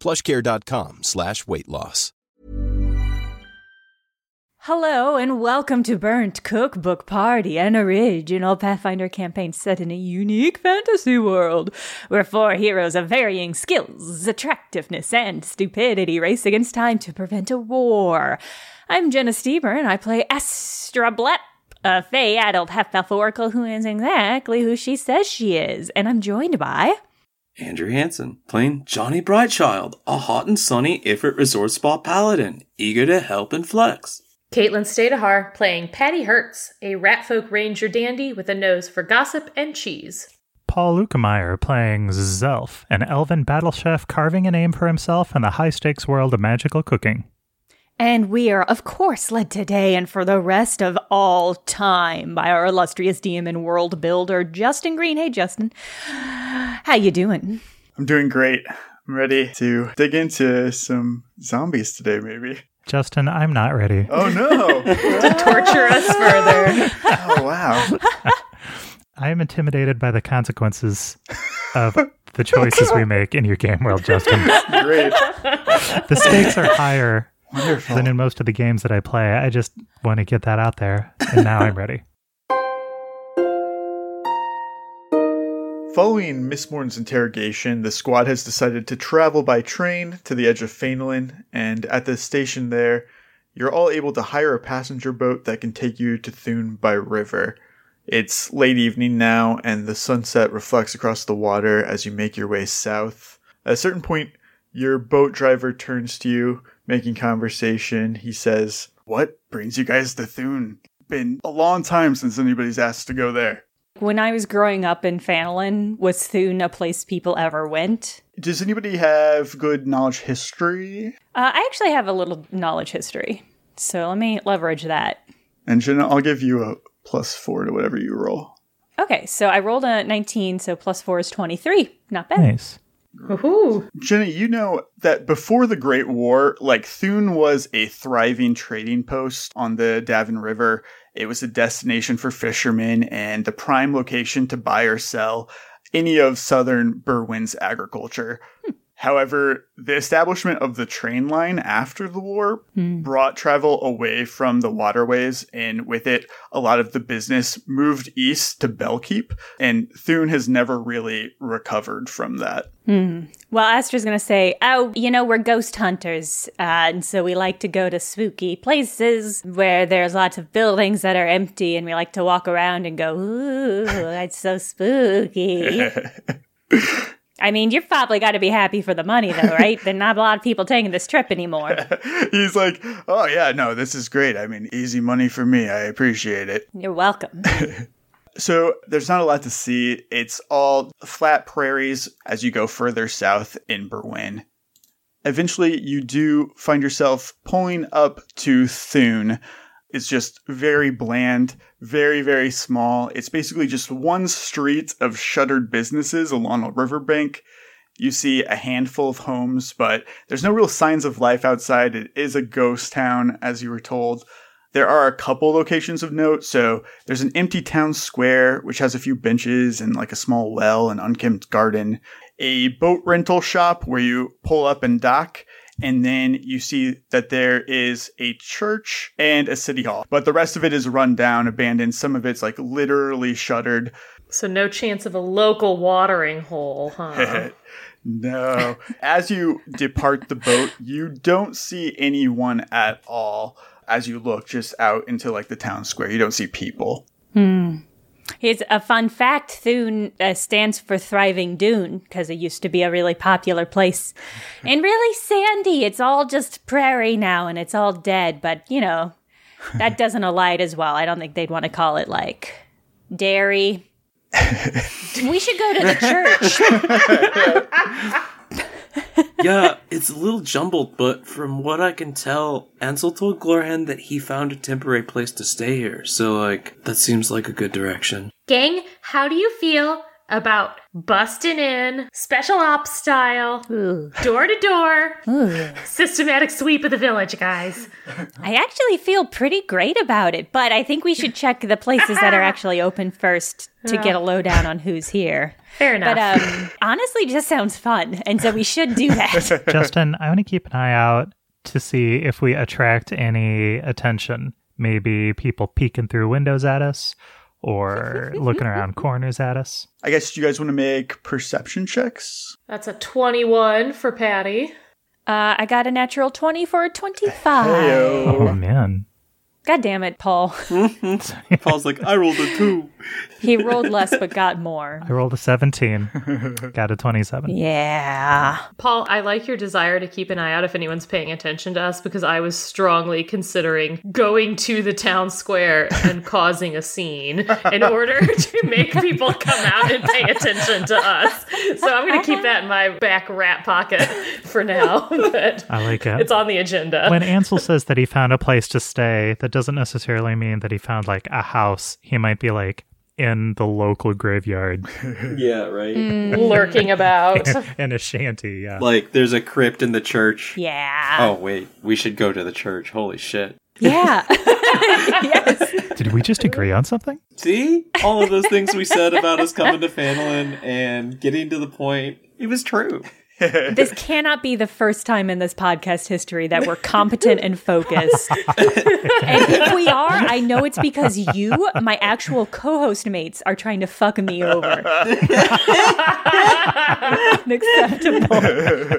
Plushcare.com slash weight loss. Hello and welcome to Burnt Cookbook Party, an original Pathfinder campaign set in a unique fantasy world where four heroes of varying skills, attractiveness, and stupidity race against time to prevent a war. I'm Jenna Steber and I play Estra Blep, a fey adult half elf oracle who is exactly who she says she is, and I'm joined by. Andrew Hansen, playing Johnny Brightchild, a hot and sunny Ifrit Resort Spa paladin, eager to help and flex. Caitlin Stadahar playing Patty Hertz, a ratfolk ranger dandy with a nose for gossip and cheese. Paul Lukemire playing Zelf, an elven battle chef carving a name for himself in the high stakes world of magical cooking. And we are, of course, led today and for the rest of all time by our illustrious DM and world builder, Justin Green. Hey, Justin, how you doing? I'm doing great. I'm ready to dig into some zombies today, maybe. Justin, I'm not ready. Oh no! Torture us further. oh wow! I am intimidated by the consequences of the choices we make in your game world, Justin. Great. The stakes are higher Wonderful. than in most of the games that I play. I just want to get that out there, and now I'm ready. Following Miss Morton's interrogation, the squad has decided to travel by train to the edge of Fainland, and at the station there, you're all able to hire a passenger boat that can take you to Thune by river. It's late evening now, and the sunset reflects across the water as you make your way south. At a certain point, your boat driver turns to you, making conversation. He says, What brings you guys to Thune? Been a long time since anybody's asked to go there. When I was growing up in Fanilan, was Thune a place people ever went? Does anybody have good knowledge history? Uh, I actually have a little knowledge history, so let me leverage that. And Jenna, I'll give you a plus four to whatever you roll. Okay, so I rolled a 19, so plus four is 23. Not bad. Nice. Woohoo! Jenna, you know that before the Great War, like Thune was a thriving trading post on the Davin River. It was a destination for fishermen and the prime location to buy or sell any of southern Berwyn's agriculture. However, the establishment of the train line after the war brought travel away from the waterways, and with it, a lot of the business moved east to Bellkeep, and Thune has never really recovered from that. Well, Astra's going to say, oh, you know, we're ghost hunters, uh, and so we like to go to spooky places where there's lots of buildings that are empty, and we like to walk around and go, ooh, that's so spooky. I mean, you've probably got to be happy for the money, though, right? There's not a lot of people taking this trip anymore. He's like, oh yeah, no, this is great. I mean, easy money for me. I appreciate it. You're welcome. So there's not a lot to see. It's all flat prairies as you go further south in Berwyn. Eventually, you do find yourself pulling up to Thune. It's just very bland, very, very small. It's basically just one street of shuttered businesses along a riverbank. You see a handful of homes, but there's no real signs of life outside. It is a ghost town, as you were told. There are a couple locations of note. So there's an empty town square, which has a few benches and like a small well and unkempt garden, a boat rental shop where you pull up and dock. And then you see that there is a church and a city hall, but the rest of it is run down, abandoned. Some of it's like literally shuttered. So no chance of a local watering hole, huh? No. As you depart the boat, you don't see anyone at all as you look just out into like the town square. You don't see people. Here's a fun fact Thune uh, stands for Thriving Dune because it used to be a really popular place and really sandy. It's all just prairie now and it's all dead, but you know, that doesn't alight as well. I don't think they'd want to call it like dairy. we should go to the church. yeah, it's a little jumbled, but from what I can tell, Ansel told Glorhen that he found a temporary place to stay here, so, like, that seems like a good direction. Gang, how do you feel about busting in, special ops style, door to door, systematic sweep of the village, guys? I actually feel pretty great about it, but I think we should check the places that are actually open first to get a lowdown on who's here. Fair enough. But um, honestly, just sounds fun, and so we should do that. Justin, I want to keep an eye out to see if we attract any attention. Maybe people peeking through windows at us or looking around corners at us. I guess you guys want to make perception checks? That's a 21 for Patty. Uh, I got a natural twenty for a twenty-five. Oh, man. God damn it, Paul! Paul's like, I rolled a two. He rolled less but got more. I rolled a 17, got a 27. Yeah. Paul, I like your desire to keep an eye out if anyone's paying attention to us because I was strongly considering going to the town square and causing a scene in order to make people come out and pay attention to us. So I'm going to keep that in my back rat pocket for now, but I like it. it's on the agenda. when Ansel says that he found a place to stay, that doesn't necessarily mean that he found like a house. He might be like in the local graveyard Yeah, right? Mm. Lurking about. in a shanty. Yeah. Like, there's a crypt in the church. Yeah. Oh, wait, we should go to the church. Holy shit. Yeah. yes. Did we just agree on something? See? All of those things we said about us coming to Fanolin and getting to the point, it was true. This cannot be the first time in this podcast history that we're competent and focused. and if we are, I know it's because you, my actual co-host mates, are trying to fuck me over. Unacceptable.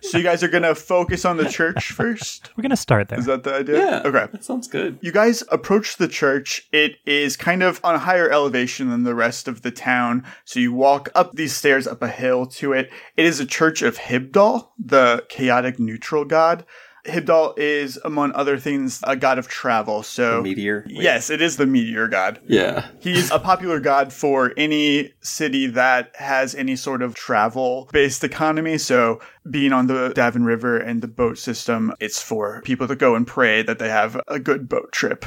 So you guys are going to focus on the church first? We're going to start there. Is that the idea? Yeah. Okay. That sounds good. You guys approach the church. It is kind of on a higher elevation than the rest of the town. So you walk up these stairs up a hill to it. It is a church of Hibdal, the chaotic neutral god. Hibdal is, among other things, a god of travel. So Meteor. Oh, Yes, it is the meteor god. Yeah. He's a popular god for any city that has any sort of travel based economy. So, being on the Davin River and the boat system, it's for people to go and pray that they have a good boat trip.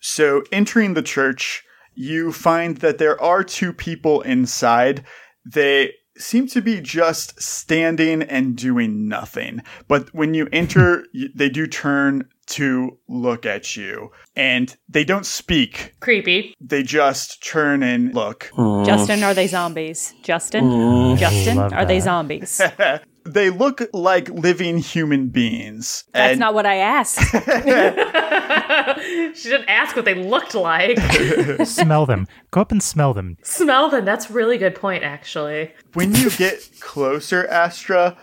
So, entering the church, you find that there are two people inside. They seem to be just standing and doing nothing. But when you enter, y- they do turn to look at you and they don't speak Creepy. they just turn and look. Justin, are they zombies? Justin? Justin, Love are they that. zombies? They look like living human beings. That's not what I asked. She didn't ask what they looked like. smell them. Go up and smell them. Smell them. That's a really good point, actually. when you get closer, Astra,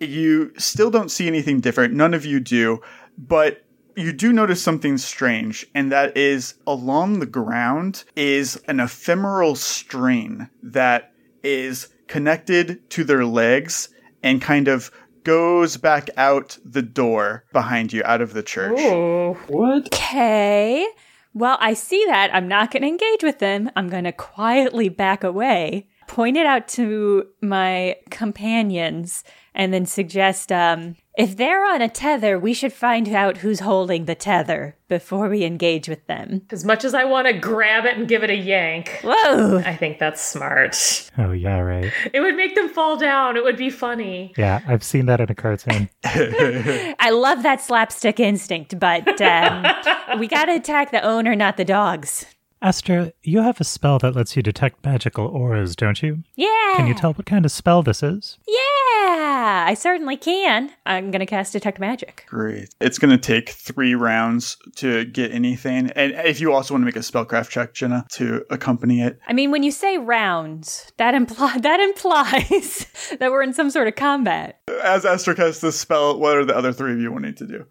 you still don't see anything different. None of you do, but you do notice something strange, and that is along the ground is an ephemeral string that is connected to their legs and kind of goes back out the door behind you out of the church. Okay. Well, I see that. I'm not going to engage with them. I'm going to quietly back away, point it out to my companions, and then suggest um, if they're on a tether, we should find out who's holding the tether before we engage with them. As much as I want to grab it and give it a yank, Whoa. I think that's smart. Oh, yeah, right. It would make them fall down. It would be funny. Yeah, I've seen that in a cartoon. I love that slapstick instinct, but um, we got to attack the owner, not the dogs. Astra, you have a spell that lets you detect magical auras, don't you? Yeah. Can you Oh. tell what kind of spell this is? Yeah, I certainly can. I'm going to cast Detect Magic. Great. It's going to take three rounds to get anything. And if you also want to make a spellcraft check, Jenna, to accompany it. I mean, when you say rounds, that imply that implies that we're in some sort of combat. As Esther casts this spell, what are the other three of you wanting to do?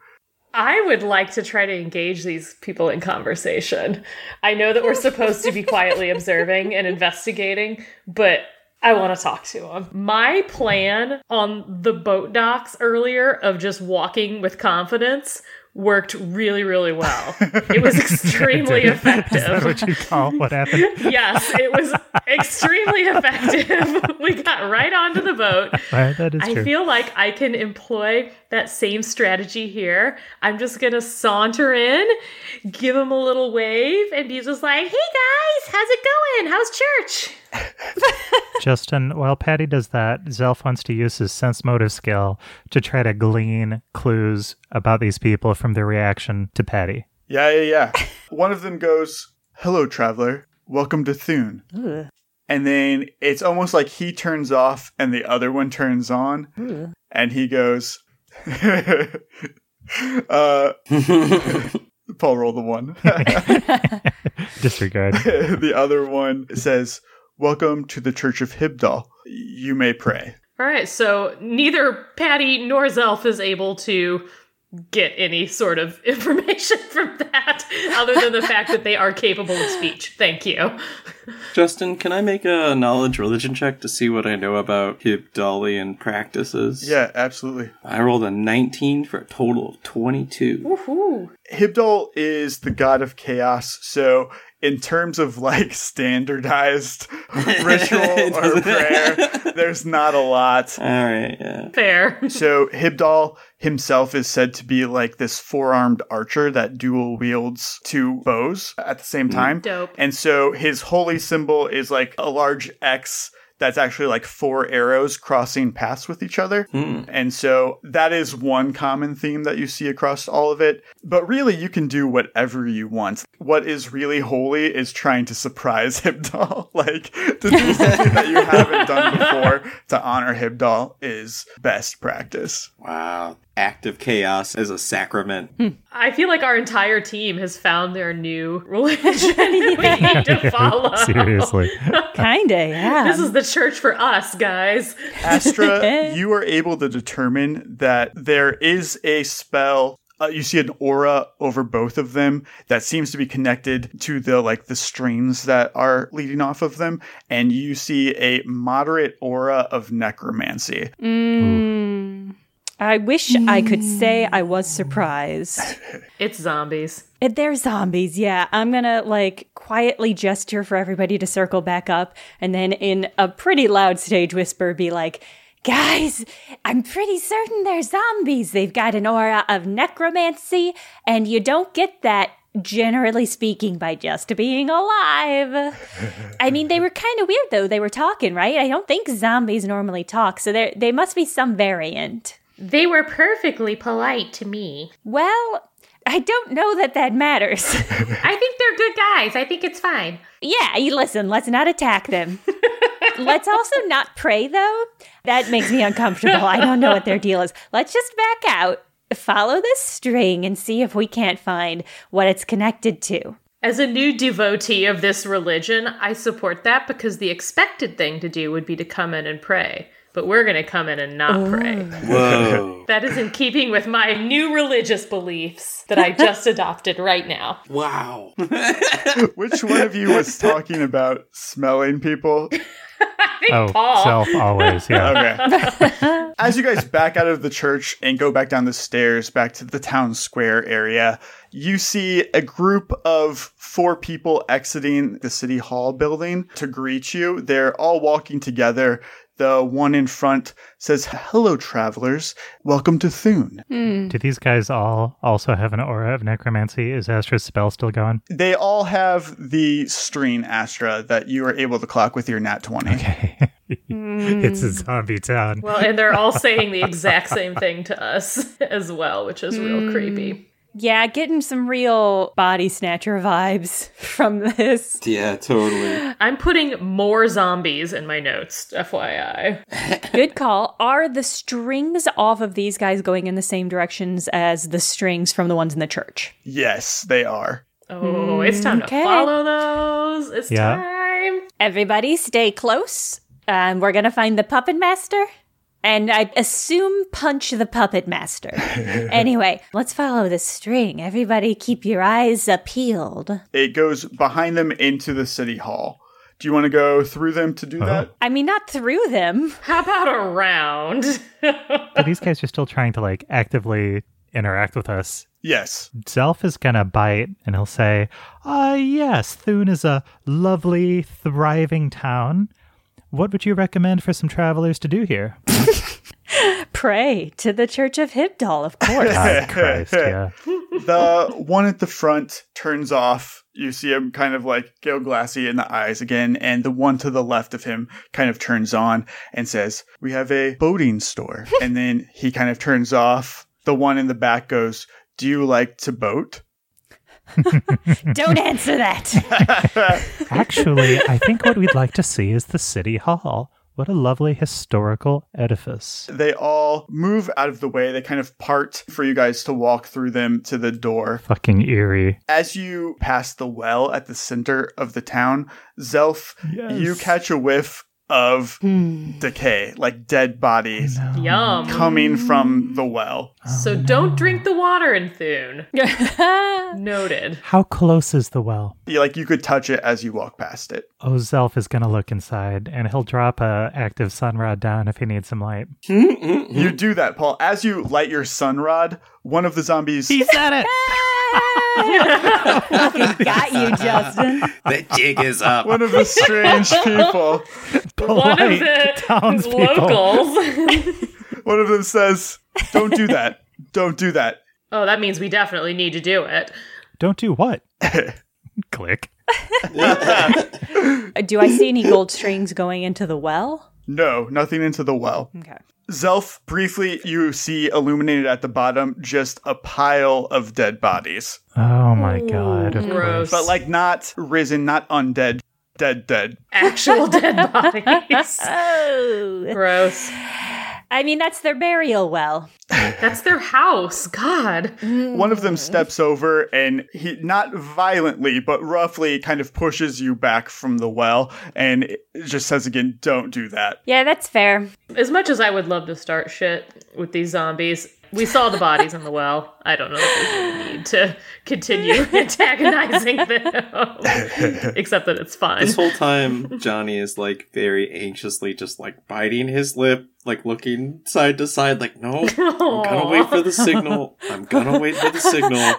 I would like to try to engage these people in conversation. I know that we're supposed to be quietly observing and investigating, but I want to talk to them. My plan on the boat docks earlier of just walking with confidence worked really, really well. It was extremely Is that effective. what you call what happened? Yes, it was extremely effective. We got right onto the boat. Right, that is I true. feel like I can employ that same strategy here. I'm just gonna saunter in, give him a little wave, and be just like, "Hey guys, how's it going? How's church?" Justin, while Patty does that, Zelf wants to use his sense motive skill to try to glean clues about these people from their reaction to Patty. Yeah, yeah, yeah. One of them goes, Hello, traveler. Welcome to Thune. And then it's almost like he turns off and the other one turns on. And he goes, uh, Paul rolled the one. Disregard. the other one says, Welcome to the Church of Hibdal. You may pray. All right, so neither Patty nor Zelf is able to get any sort of information from that, other than the fact that they are capable of speech. Thank you. Justin, can I make a knowledge religion check to see what I know about Hibdalian practices? Yeah, absolutely. I rolled a 19 for a total of 22. Woohoo! Hibdal is the god of chaos. So, in terms of like standardized ritual or prayer, there's not a lot. All right, yeah. Fair. So, Hibdal himself is said to be like this four armed archer that dual wields two bows at the same time. Dope. And so, his holy symbol is like a large X that's actually like four arrows crossing paths with each other. And so that is one common theme that you see across all of it. But really, you can do whatever you want. What is really holy is trying to surprise Hibdal. like, to do something that you haven't done before to honor Hibdal is best practice. Wow. Active chaos as a sacrament. Hmm. I feel like our entire team has found their new religion we need to follow. Seriously. Kinda, yeah. This is the church for us, guys. Astra, you are able to determine that there is a spell. Uh, you see an aura over both of them that seems to be connected to the like the strings that are leading off of them, and you see a moderate aura of necromancy. I wish I could say I was surprised. It's zombies. Uh, They're zombies, yeah. I'm gonna like quietly gesture for everybody to circle back up and then in a pretty loud stage whisper be like, Guys, I'm pretty certain they're zombies. They've got an aura of necromancy, and you don't get that, generally speaking, by just being alive. I mean, they were kind of weird though. They were talking, right? I don't think zombies normally talk, so there they must be some variant. They were perfectly polite to me. Well, I don't know that that matters. I think they're good guys. I think it's fine. Yeah, you listen, let's not attack them. let's also not pray though. That makes me uncomfortable. I don't know what their deal is. Let's just back out, follow this string and see if we can't find what it's connected to. As a new devotee of this religion, I support that because the expected thing to do would be to come in and pray. But we're going to come in and not pray. Whoa. That is in keeping with my new religious beliefs that I just adopted right now. wow. Which one of you was talking about smelling people? oh, Paul. Zelf always, yeah. Okay. As you guys back out of the church and go back down the stairs back to the town square area, you see a group of four people exiting the city hall building to greet you. They're all walking together. The one in front says, Hello, travelers. Welcome to Thune. Do these guys all also have an aura of necromancy? Is Astra's spell still going? They all have the string, Astra, that you are able to clock with your nat 20. Hmm. It's a zombie town. Mm. Well, and they're all saying the exact same thing to us as well, which is real creepy. Yeah, getting some real body snatcher vibes from this. Yeah, totally. I'm putting more zombies in my notes, FYI. Good call. Are the strings off of these guys going in the same directions as the strings from the ones in the church? Yes, they are. Oh, it's time Okay. to follow those. It's Yeah. time. Everybody stay close. Um, we're going to find the puppet master. And I assume punch the puppet master. anyway, let's follow the string. Everybody keep your eyes peeled. It goes behind them into the city hall. Do you want to go through them to do that? I mean, not through them. How about a round? But these guys are still trying to like actively interact with us. Yes. Zelf is gonna bite and he'll say, Ah, yes, Thune is a lovely, thriving town. What would you recommend for some travelers to do here? Pray to the Church of Hibdal, of course. God Christ, yeah. The one at the front turns off. You see him kind of like go glassy in the eyes again, and the one to the left of him kind of turns on and says, We have a boating store. and then he kind of turns off. The one in the back goes, Do you like to boat? Don't answer that. Actually, I think what we'd like to see is the City Hall. What a lovely historical edifice. They all move out of the way. They kind of part for you guys to walk through them to the door. Fucking eerie. As you pass the well at the center of the town, Zelf, you catch a whiff of decay, like dead bodies Yum. coming from the well. so don't drink the water in Thune. Noted. How close is the well? You- Like you could touch it as you walk past it. Oh, Zelf is gonna look inside and he'll drop a active sunrod down if he needs some light. You do that, Paul. As you light your sunrod, one of the zombies said it! Fucking got you, Justin. the jig is up. one of the strange people, One of Polite the townspeople. locals. one of them says, Don't do that. Don't do that. oh, that means we definitely need to do it. Don't do what? Click. Do I see any gold strings going into the well? No, nothing into the well. Okay. Zelf, briefly, you see illuminated at the bottom just a pile of dead bodies, Oh my god. Of Gross. course. but like not risen, not undead, dead, dead. Actual dead bodies. Oh. Gross. I mean, that's their burial well. That's their house. God. One of them steps over and he, not violently, but roughly kind of pushes you back from the well and it just says again, don't do that. Yeah, that's fair. As much as I would love to start shit with these zombies, we saw the bodies in the well. I don't know if there's any need to continue antagonizing them. Except that it's fun. This whole time, Johnny is like very anxiously just like biting his lip, like looking side to side, like, no, I'm gonna wait for the signal. I'm gonna wait for the signal.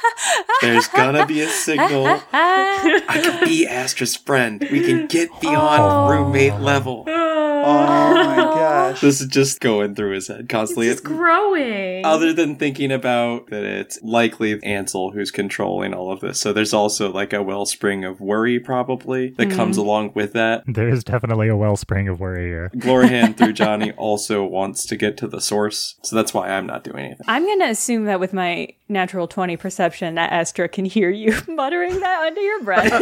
There's gonna be a signal. Ah, I can be Astra's friend. We can get beyond roommate level. Oh my gosh. This is just going through his head constantly. It's growing. other than thinking about that it's likely Ansel who's controlling all of this. So there's also like a wellspring of worry probably that comes along with that. There is definitely a wellspring of worry here. Glorahan through Johnny also wants to get to the source. So that's why I'm not doing anything. I'm going to assume that with my natural 20 perception that Astra can hear you muttering that under your breath.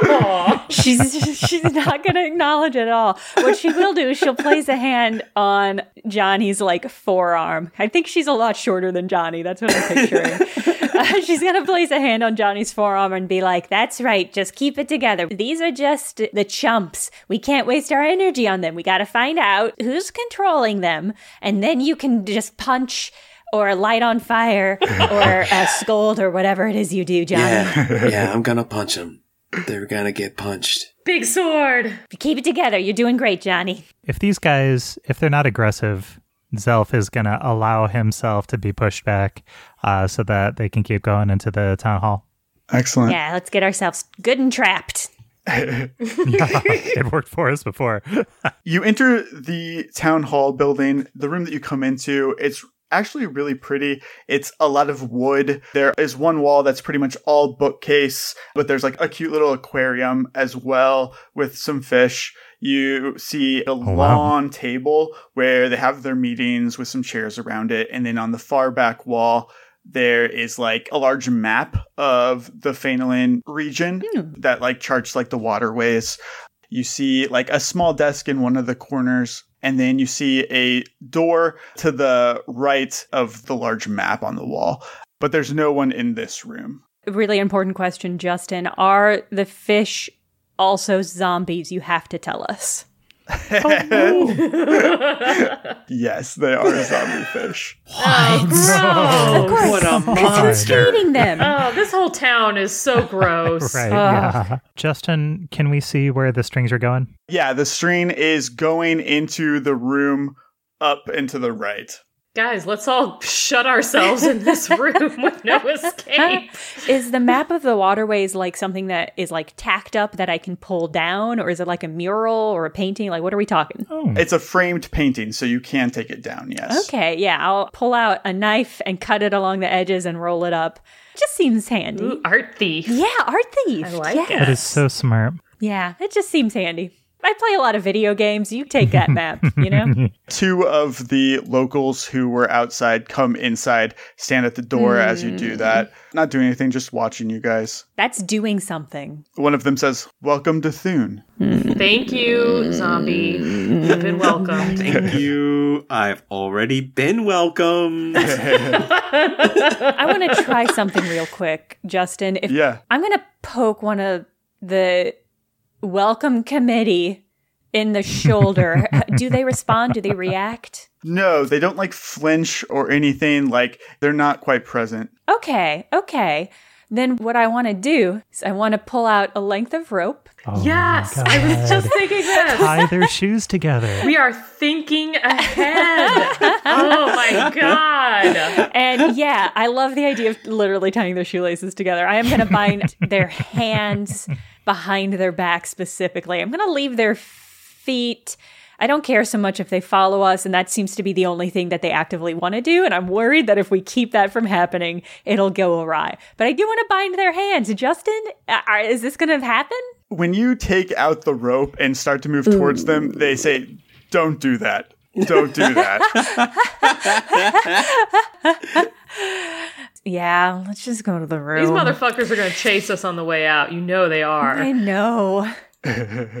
Aw. she's she's not going to acknowledge it at all. What she will do is she'll place a hand on Johnny's like forearm. I think she's a lot shorter than Johnny. That's what I'm picturing. Uh, she's going to place a hand on Johnny's forearm and be like, "That's right. Just keep it together. These are just the chumps. We can't waste our energy on them. We got to find out who's controlling them, and then you can just punch." Or light on fire, or uh, scold, or whatever it is you do, Johnny. Yeah, yeah, I'm gonna punch him. They're gonna get punched. Big sword. Keep it together. You're doing great, Johnny. If these guys, if they're not aggressive, Zelf is going to allow himself to be pushed back uh, so that they can keep going into the town hall. Excellent. Yeah, let's get ourselves good and trapped. it worked for us before. You enter the town hall building, the room that you come into. It's actually really pretty. It's a lot of wood. There is one wall that's pretty much all bookcase, but there's like a cute little aquarium as well with some fish. You see a wow. long table where they have their meetings with some chairs around it. And then on the far back wall, There is like a large map of the Fainalin region that like charts like the waterways. You see like a small desk in one of the corners, and then you see a door to the right of the large map on the wall. But there's no one in this room. Really important question, Justin. Are the fish also zombies? You have to tell us. Yes, they are zombie fish. Oh, gross. What a Who's monster. feeding them? Oh, this whole town is so gross. Right. Yeah. Justin, can we see where the strings are going? Yeah, the string is going into the room up and to the right. Guys, let's all shut ourselves in this room with no escape. is the map of the waterways like something that is like tacked up that I can pull down, or is it like a mural or a painting? Like, what are we talking? It's a framed painting, so you can take it down, yes. Okay, yeah, I'll pull out a knife and cut it along the edges and roll it up. Just seems handy. Ooh, art thief. Yeah, art thief. I like yeah. That is so smart. Yeah, it just seems handy. I play a lot of video games. You take that map, you know? Two of the locals who were outside come inside, stand at the door as you do that. Not doing anything, just watching you guys. That's doing something. One of them says, Welcome to Thune. Thank you, zombie. You've been welcomed. Thank you. I've already been welcomed. I want to try something real quick, Justin. If Yeah. I'm going to poke one of the welcome committee in the shoulder. Do they respond? Do they react? No, they don't like flinch or anything. Like, they're not quite present. Okay, okay. Then what I want to do is I want to pull out a length of rope. Oh Yes, my I was God. just thinking this. tie their shoes together. We are thinking ahead. Oh my god. And yeah, I love the idea of literally tying their shoelaces together. I am going to bind their hands behind their back specifically. I'm going to leave their feet. I don't care so much if they follow us, and that seems to be the only thing that they actively want to do. And I'm worried that if we keep that from happening, it'll go awry. But I do want to bind their hands. Justin, uh, is this going to happen? When you take out the rope and start to move towards them, they say, Don't do that. Don't do that. Yeah, let's just go to the room. These motherfuckers are gonna chase us on the way out. You know they I are. know.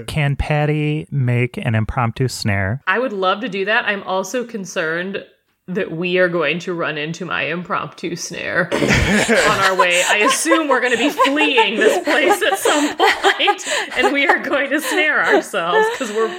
Can Patty make an impromptu snare? I would love to do that. I'm also concerned that we are going to run into my impromptu snare on our way. I assume we're going to be fleeing this place at some point, and we are going to snare ourselves because we're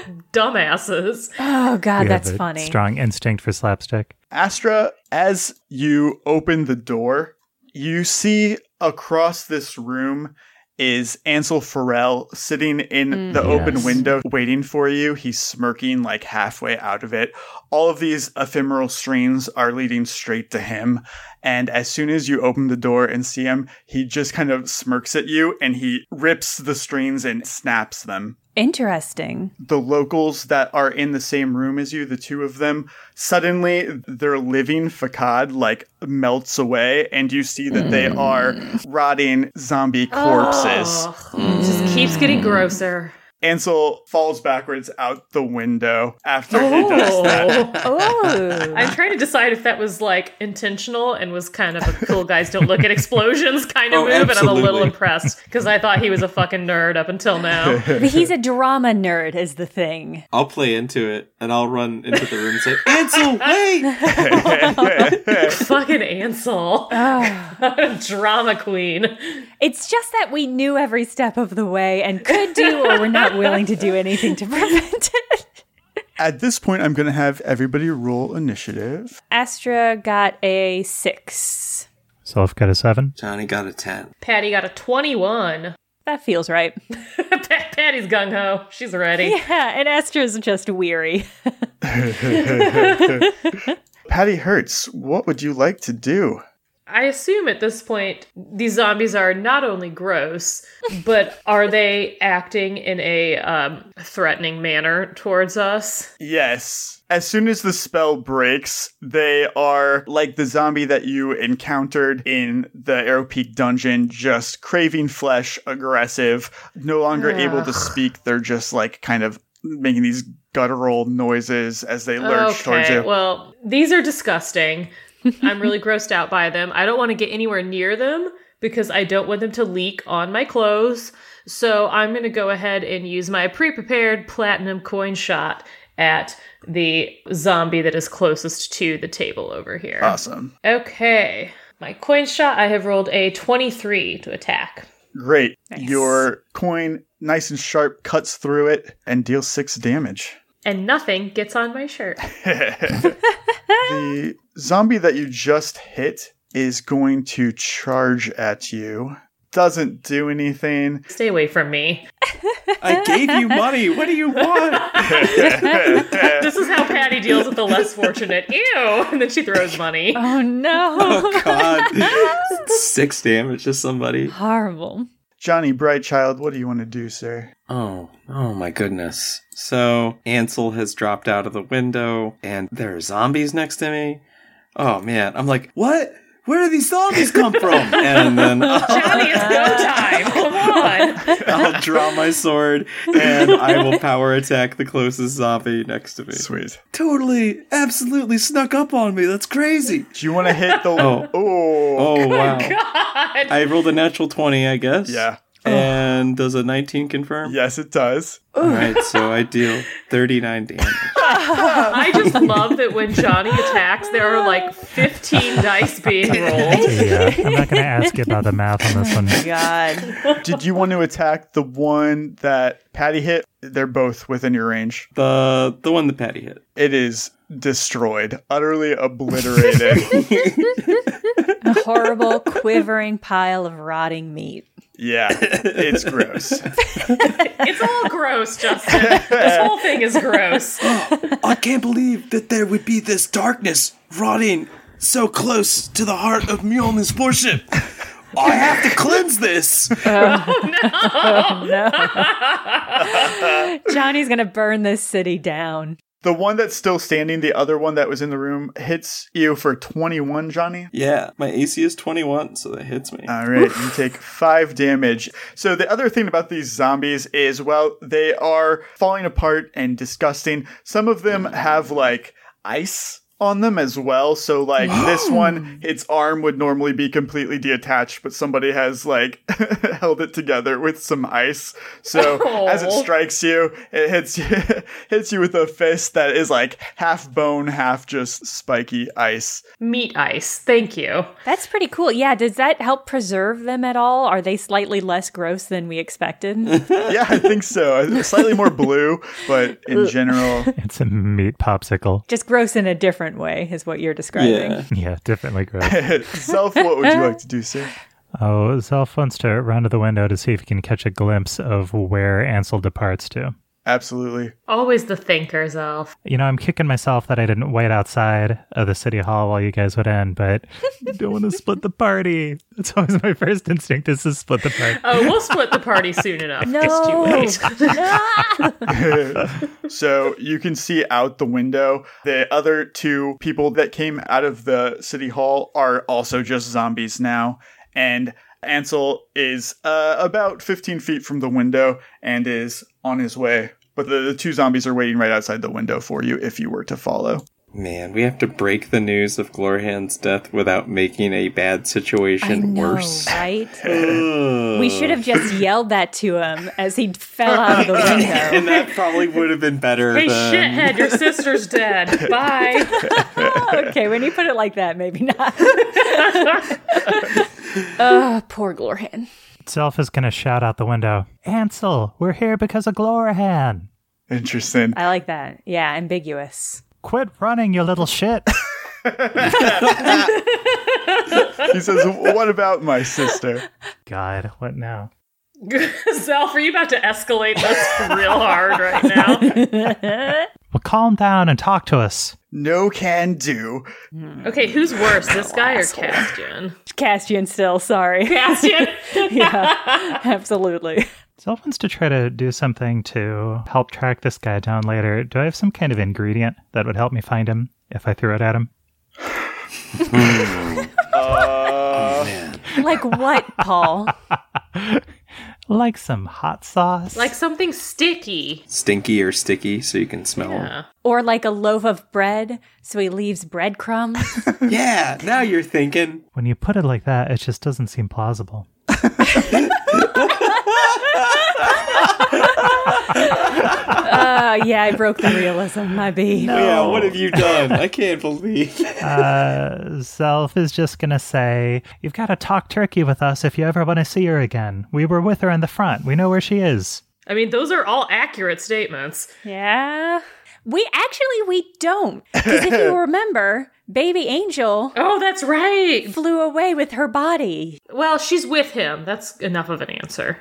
dumbasses. Oh God, We have that's a funny. Strong instinct for slapstick. Astra, as you open the door, you see across this room is Ansel Farrell sitting in the open Yes. window waiting for you. He's smirking like halfway out of it. All of these ephemeral strings are leading straight to him. And as soon as you open the door and see him, he just kind of smirks at you and he rips the strings and snaps them Interesting. the locals that are in the same room as you, the two of them, suddenly their living facade like melts away, and you see that they are rotting zombie corpses. Ugh, it just keeps getting grosser. Ansel falls backwards out the window after he does that. Oh. Oh, I'm trying to decide if that was like intentional and was kind of a cool guys don't look at explosions kind of Oh, move, and I'm a little absolutely. impressed because I thought he was a fucking nerd up until now. But he's a drama nerd, is the thing. I'll play into it and I'll run into the room and say, Ansel, wait! fucking Ansel. Drama queen. It's just that we knew every step of the way and could do, or we're not willing to do anything to prevent it. At this point, I'm going to have everybody roll initiative. Astra got a six. So I've got a seven. Johnny got a 10. Patty got a 21. That feels right. Pa- Patty's gung ho. She's ready. Yeah, and Astra's just weary. Patty Hertz, what would you like to do? I assume at this point these zombies are not only gross, but are they acting in a um, threatening manner towards us? Yes. As soon as the spell breaks, they are like the zombie that you encountered in the Arrow Peak dungeon, just craving flesh, aggressive, no longer able to speak. They're just like kind of making these guttural noises as they lurch towards okay. you. Well, these are disgusting. I'm really grossed out by them. I don't want to get anywhere near them because I don't want them to leak on my clothes. So I'm going to go ahead and use my pre prepared platinum coin shot at the zombie that is closest to the table over here. Awesome. Okay. My coin shot, I have rolled a 23 to attack. Great. Nice. Your coin, nice and sharp, cuts through it and deals six damage. And nothing gets on my shirt. the zombie that you just hit is going to charge at you. Doesn't do anything. Stay away from me. I gave you money. What do you want? This is how Patty deals with the less fortunate. Ew! And then she throws money. Oh no. Oh God! Six damage to somebody. Horrible. Johnny Brightchild, what do you want to do, sir? Oh, oh my goodness. So Ansel has dropped out of the window and there are zombies next to me. Oh man, I'm like, what? Where do these zombies come from? And then I'll, Johnny, it's go time. Come on. I'll draw my sword and I will power attack the closest zombie next to me. Sweet. Totally, absolutely snuck up on me. That's crazy. Do you want to hit the. Oh. oh. Oh wow. God. I rolled a natural 20, I guess. Yeah. And does a 19 confirm? Yes, it does. All right, so I deal 39 damage. I just love that when Johnny attacks, there are like 15 dice being rolled. Yeah, I'm not going to ask you about the math on this one. God. Did you want to attack the one that Patty hit? They're both within your range. The the one that Patty hit. It is destroyed, utterly obliterated. A horrible, quivering pile of rotting meat. yeah, it's gross. It's all gross, Justin. This whole thing is gross. I can't believe that there would be this darkness rotting so close to the heart of Mjolnir's worship. I have to cleanse this. Johnny's gonna burn this city down. The one that's still standing, the other one that was in the room, hits you for 21, Johnny. Yeah, my AC is 21, so that hits me. All right, you take five damage. So, the other thing about these zombies is, well, they are falling apart and disgusting. Some of them have like ice on them as well. So, like this one, its arm would normally be completely detached, but somebody has like held it together with some ice. So, as it strikes you, it hits you, hits you with a fist that is like half bone, half just spiky ice. Meat ice. Thank you. That's pretty cool. Yeah, does that help preserve them at all? Are they slightly less gross than we expected? yeah, I think so. Slightly more blue, but in general, It's a meat popsicle. Just gross in a different way is what you're describing. Yeah. Yeah, definitely gross. self. What would you like to do, sir? Oh, Zelf wants to run to the window to see if he can catch a glimpse of where Ansel departs to. Absolutely. Always the thinker's elf. You know, I'm kicking myself that I didn't wait outside of the city hall while you guys would end, but I don't want to split the party. That's always my first instinct is to split the party. Oh, we'll split the party soon enough. No. It's too late. So you can see out the window. The other two people that came out of the city hall are also just zombies now, and Ansel is uh, about 15 feet from the window and is on his way. But the, the two zombies are waiting right outside the window for you if you were to follow. Man, we have to break the news of Glorhan's death without making a bad I situation know, worse. Uh, right? we should have just yelled that to him as he fell out of the window. and that probably would have been better hey, than shithead, your sister's dead. Bye. Oh, okay, when you put it like that, maybe not. oh, poor Glorhan. Zelf is going to shout out the window, Ansel, we're here because of Glorahan. Interesting. I like that. Yeah, ambiguous. Quit running, you little shit. He says, "What about my sister?" God, what now? Zelf, are you about to escalate this real hard right now? Well, calm down and talk to us. No can do. Okay, who's worse, this guy or Castian? Castian still, sorry. Castian? yeah, absolutely. Zelf wants to try to do something to help track this guy down later. Do I have some kind of ingredient that would help me find him if I threw it at him? Oh, man. Like what, Paul? like some hot sauce. Like something sticky. Stinky or sticky, so you can smell them. Yeah. Or like a loaf of bread, so he leaves breadcrumbs. Yeah, now you're thinking. when you put it like that, it just doesn't seem plausible. uh, yeah, I broke the realism, my bee. Yeah, what have you done? I can't believe. Uh, Self is just gonna say, "You've got to talk turkey with us if you ever want to see her again. We were with her in the front. We know where she is." I mean, those are all accurate statements. Yeah. We actually we don't. Because if you remember, baby angel Oh, that's right. flew away with her body. Well, she's with him. That's enough of an answer.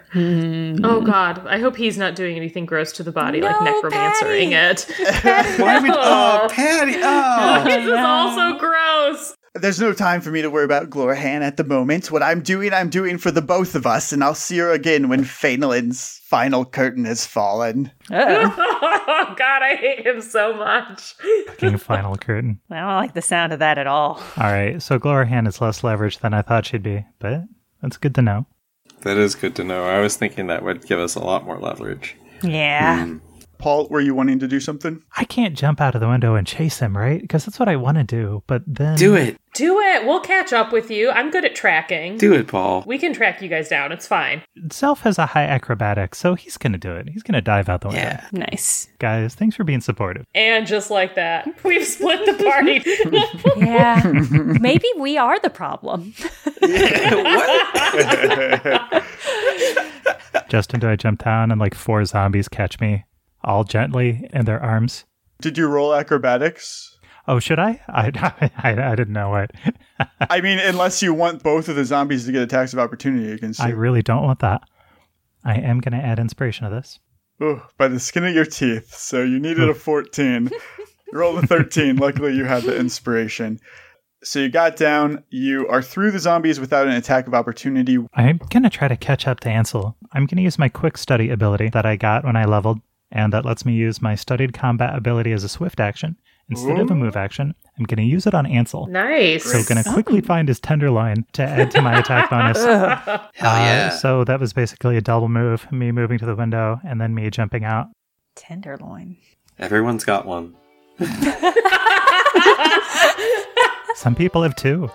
Oh God, I hope he's not doing anything gross to the body, like No, necromancering Patty. it. Why would oh Patty? Oh, this is also gross. There's no time for me to worry about Glorahan at the moment. What I'm doing, I'm doing for the both of us, and I'll see her again when Fanelin's final curtain has fallen. Oh God, I hate him so much. Fucking final curtain. I don't like the sound of that at all. All right, so Glorahan is less leveraged than I thought she'd be, but that's good to know. that is good to know. I was thinking that would give us a lot more leverage. Yeah. Paul, were you wanting to do something? I can't jump out of the window and chase him, right? Because that's what I want to do. But then Do it, Do it. We'll catch up with you. I'm good at tracking. do it, Paul. We can track you guys down. It's fine. Self has a high acrobatics, so he's gonna do it. He's gonna dive out the window. Yeah. Nice. Guys, thanks for being supportive. And just like that, we've split the party. Yeah. Maybe we are the problem. Justin, do I jump down and like four zombies catch me, all gently in their arms? Did you roll acrobatics? Oh, should I? I I, I didn't know it. I mean, unless you want both of the zombies to get attacks of opportunity against I you. really don't want that. I am gonna add inspiration to this. Ooh, by the skin of your teeth. So you needed a 14. You rolled a 13. Luckily, you had the inspiration. So you got down. You are through the zombies without an attack of opportunity. I'm gonna try to catch up to Ansel. I'm gonna use my quick study ability that I got when I leveled, and that lets me use my studied combat ability as a swift action instead of a move action. I'm gonna use it on Ansel. nice. So gonna quickly find his tenderloin to add to my attack bonus. Uh, Hell yeah. so that was basically a double move: me moving to the window and then me jumping out. Tenderloin. Everyone's got one. Some people have two.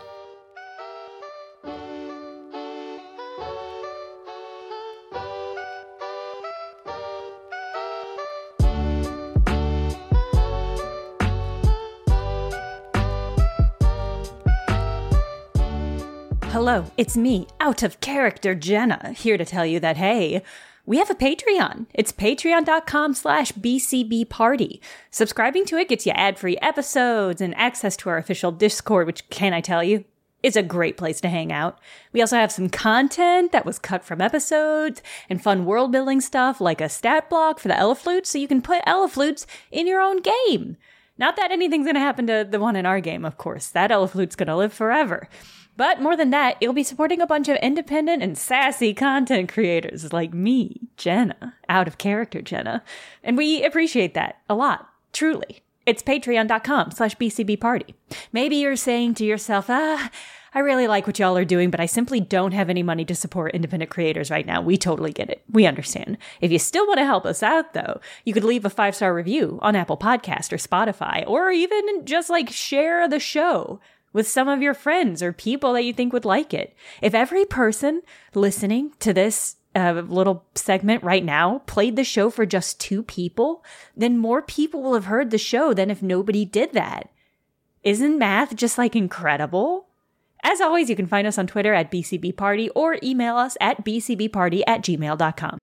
Hello, it's me, out of character Jenna, here to tell you that hey, we have a Patreon. It's patreon.com slash BCB party. Subscribing to it gets you ad free episodes and access to our official Discord, which, can I tell you, is a great place to hang out. We also have some content that was cut from episodes and fun world building stuff like a stat block for the Eleflutes, so you can put Eleflutes in your own game. Not that anything's going to happen to the one in our game, of course. That Eleflute's going to live forever. But more than that, you'll be supporting a bunch of independent and sassy content creators like me, Jenna, out of character Jenna. And we appreciate that a lot, truly. It's patreon.com slash BCB party. Maybe you're saying to yourself, ah, I really like what y'all are doing, but I simply don't have any money to support independent creators right now. We totally get it. We understand. If you still want to help us out, though, you could leave a five star review on Apple Podcast or Spotify, or even just like share the show with some of your friends or people that you think would like it. If every person listening to this uh, little segment right now played the show for just two people, then more people will have heard the show than if nobody did that. Isn't math just like incredible? As always, you can find us on Twitter at BCB Party or email us at bcbparty at gmail.com.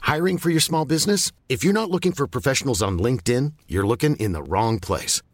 Hiring for your small business? If you're not looking for professionals on LinkedIn, you're looking in the wrong place.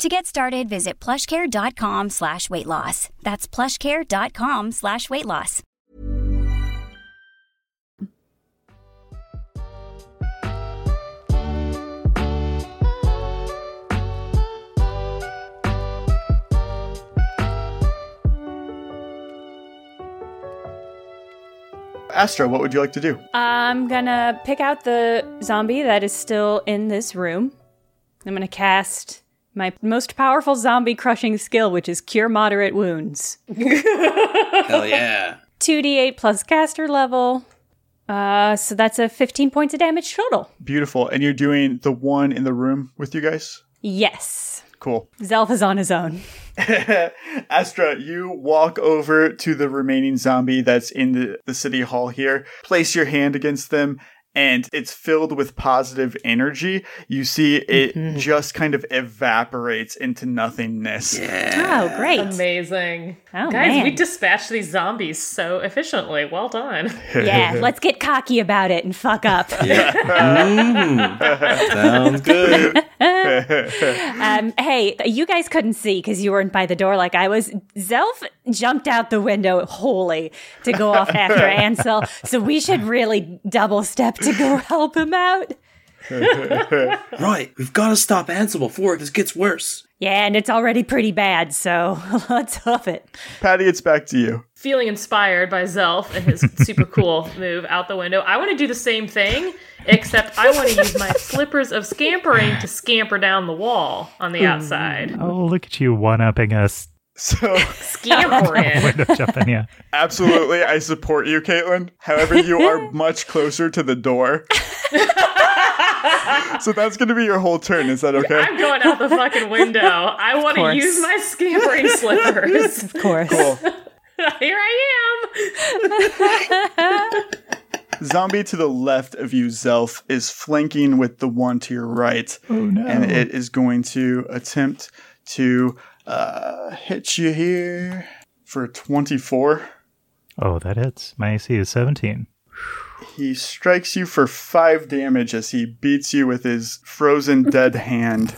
To get started, visit plushcare.com slash weight loss. That's plushcare.com slash weight loss. Astra, what would you like to do? I'm gonna pick out the zombie that is still in this room. I'm gonna cast my most powerful zombie crushing skill, which is Cure Moderate Wounds. Hell yeah. 2d8 plus caster level. Uh, so that's a 15 points of damage total. Beautiful. And you're doing the one in the room with you guys? Yes. Cool. Zelf is on his own. Astra, you walk over to the remaining zombie that's in the, the city hall here, place your hand against them, and it's filled with positive energy. You see, it just kind of evaporates into nothingness. Oh, great. Amazing. Oh, Guys, man. we dispatch these zombies so efficiently. Well done. yeah, let's get cocky about it and fuck up. Sounds good. Um, hey, you guys couldn't see because you weren't by the door like I was. Zelf jumped out the window wholly to go off after Ansel, so we should really double step to go help him out. Right, we've got to stop Ansel before it just gets worse. Yeah, and it's already pretty bad, so let's huff it. Patty, it's back to you. Feeling inspired by Zelf and his super cool move out the window, I want to do the same thing, except I want to use my slippers of scampering to scamper down the wall on the outside. Oh, look at you one upping us. So, Scampering. Window jumping, yeah. absolutely, I support you, Caitlin. However, you are much closer to the door. so that's going to be your whole turn. Is that okay? I'm going out the fucking window. I want to course. use my scampering slippers. Of course. Here I am. Zombie to the left of you, Zelf, is flanking with the one to your right. Oh no! And it is going to attempt to uh, hit you here for 24. Oh, that hits. My AC is 17. He strikes you for five damage as he beats you with his frozen dead hand.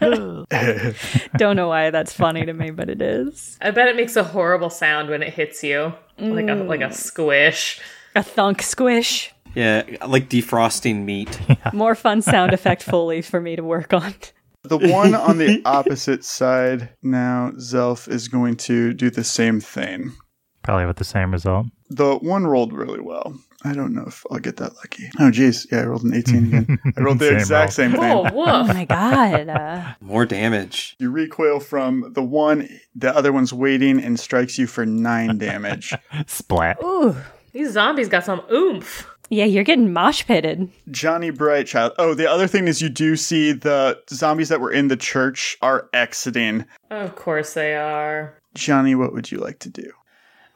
Don't know why that's funny to me, but it is. I bet it makes a horrible sound when it hits you, like a like a squish. A thunk squish. Yeah, like defrosting meat. More fun sound effect Foley for me to work on. The one on the opposite side now, Zelf, is going to do the same thing. Probably with the same result. The one rolled really well. I don't know if I'll get that lucky. Oh, jeez. Yeah, I rolled an 18 again. I rolled the Same exact same thing. Oh, Oh woof! my god. Uh, More damage. You recoil from the one, the other one's waiting and strikes you for nine damage. Splat. ooh. These zombies got some oomph. Yeah, you're getting mosh pitted. Johnny Brightchild. Oh, the other thing is you do see the zombies that were in the church are exiting. Of course they are. Johnny, what would you like to do?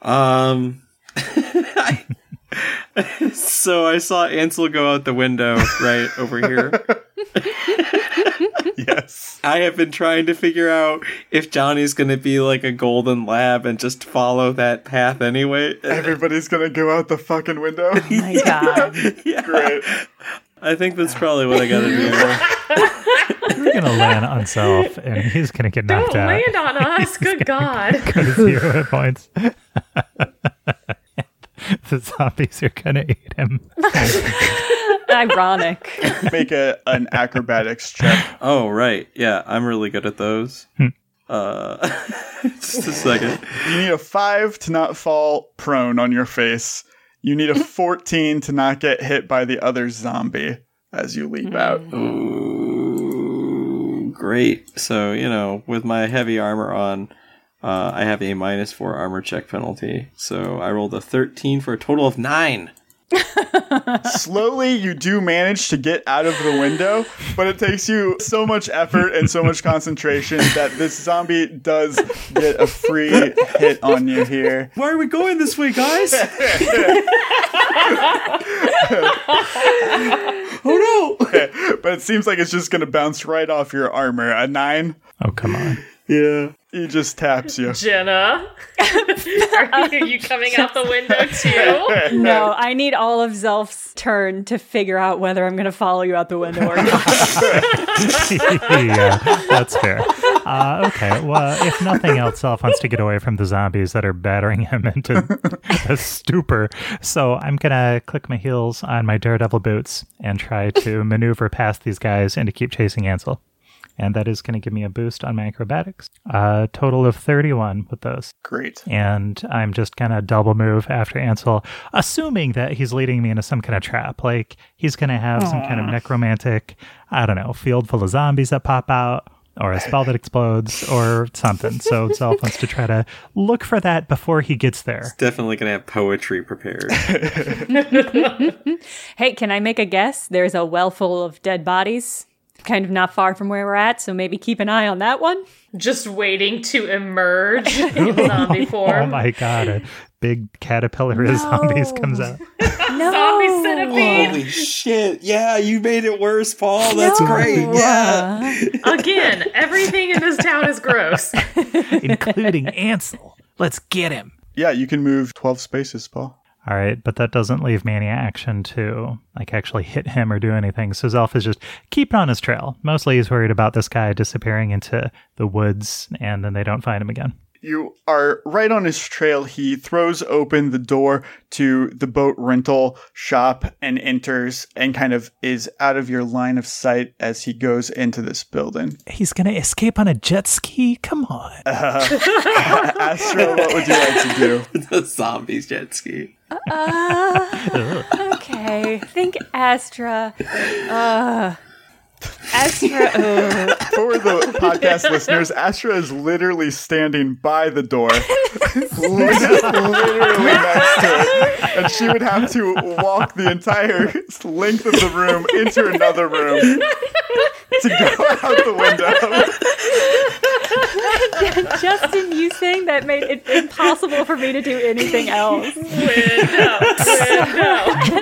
Um. I- so I saw Ansel go out the window right over here. Yes. I have been trying to figure out if Johnny's going to be like a golden lab and just follow that path anyway. Everybody's gonna go out the fucking window. My god. Yeah. Great. I think that's probably what I gotta do. You're gonna land on self, and he's gonna get knocked Don't out. land on us. Good God. Go to zero hit points. the zombies are gonna eat him. Ironic. Make a, an acrobatics check. Oh right, yeah, I'm really good at those. uh, just a second. You need a five to not fall prone on your face. You need a 14 to not get hit by the other zombie as you leap out. Mm. Ooh, great. So you know, with my heavy armor on, uh, I have a minus four armor check penalty. So I rolled a thirteen for a total of nine. Slowly, you do manage to get out of the window, but it takes you so much effort and so much concentration that this zombie does get a free hit on you here. Why are we going this way, guys? oh no! But it seems like it's just going to bounce right off your armor. A nine? Oh come on! Yeah. He just taps you. Jenna, are you, are you coming out the window too? No, I need all of Zelf's turn to figure out whether I'm going to follow you out the window or not. yeah, that's fair. Uh, okay, well, if nothing else, Self wants to get away from the zombies that are battering him into a stupor. So I'm gonna click my heels on my daredevil boots and try to maneuver past these guys and to keep chasing Ansel. And that is gonna give me a boost on my acrobatics. A total of 31 with those. Great. and I'm just gonna double move after Ansel, assuming that he's leading me into some kind of trap. Like he's gonna have some kind of necromantic, I don't know, field full of zombies that pop out, or a spell that explodes, or something. So Zelf wants to try to look for that before he gets there. Definitely gonna have poetry prepared. hey, can I make a guess? There's a well full of dead bodies, kind of not far from where we're at, so maybe keep an eye on that one. Just waiting to emerge in zombie form. Oh my god, a big caterpillar of zombies comes out. Zombie centipede Holy shit! Yeah, you made it worse, Paul. That's great. Yeah. again. Everything in this town is gross. including Ansel. Let's get him. Yeah, you can move 12 spaces, Paul. All right, but that doesn't leave me any action to like actually hit him or do anything. So Zelf is just keeping on his trail. Mostly he's worried about this guy disappearing into the woods and then they don't find him again. You are right on his trail. He throws open the door to the boat rental shop and enters and kind of is out of your line of sight as he goes into this building. He's going to escape on a jet ski? Come on. Astro, what would you like to do? the zombies jet ski. Uh, Okay, think Astra. Uh, Astra. For Oh, the podcast listeners, Astra is literally standing by the door, literally next to it, and she would have to walk the entire length of the room into another room to go out the window. Justin, you saying that made it impossible for me to do anything else. Window, window.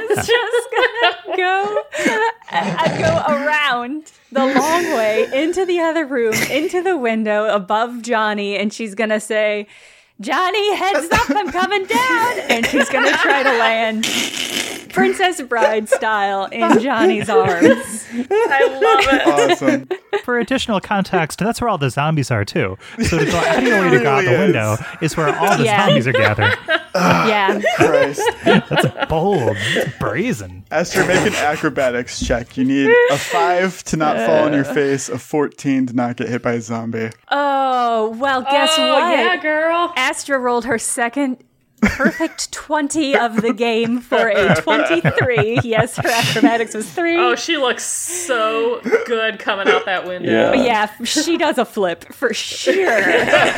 It's just gonna go, I go around the long way into the other room, into the window above Johnny, and she's gonna say, "Johnny, heads up! I'm coming down!" And she's gonna try to land. Princess Bride style in Johnny's arms. I love it. Awesome. For additional context, that's where all the zombies are too. So to go out of your way to go out the Really is. window is where all the Yeah. zombies are gathered. Yeah. Christ. Bold, brazen. Esther, make an acrobatics check. You need a five to not fall on your face, a 14 to not get hit by a zombie. Oh, well, guess oh, what? Yeah, girl. Astra rolled her second perfect 20 of the game for a 23. Yes, her acrobatics was 3. Oh, she looks so good coming out that window. Yeah. yeah, f- she does a flip for sure.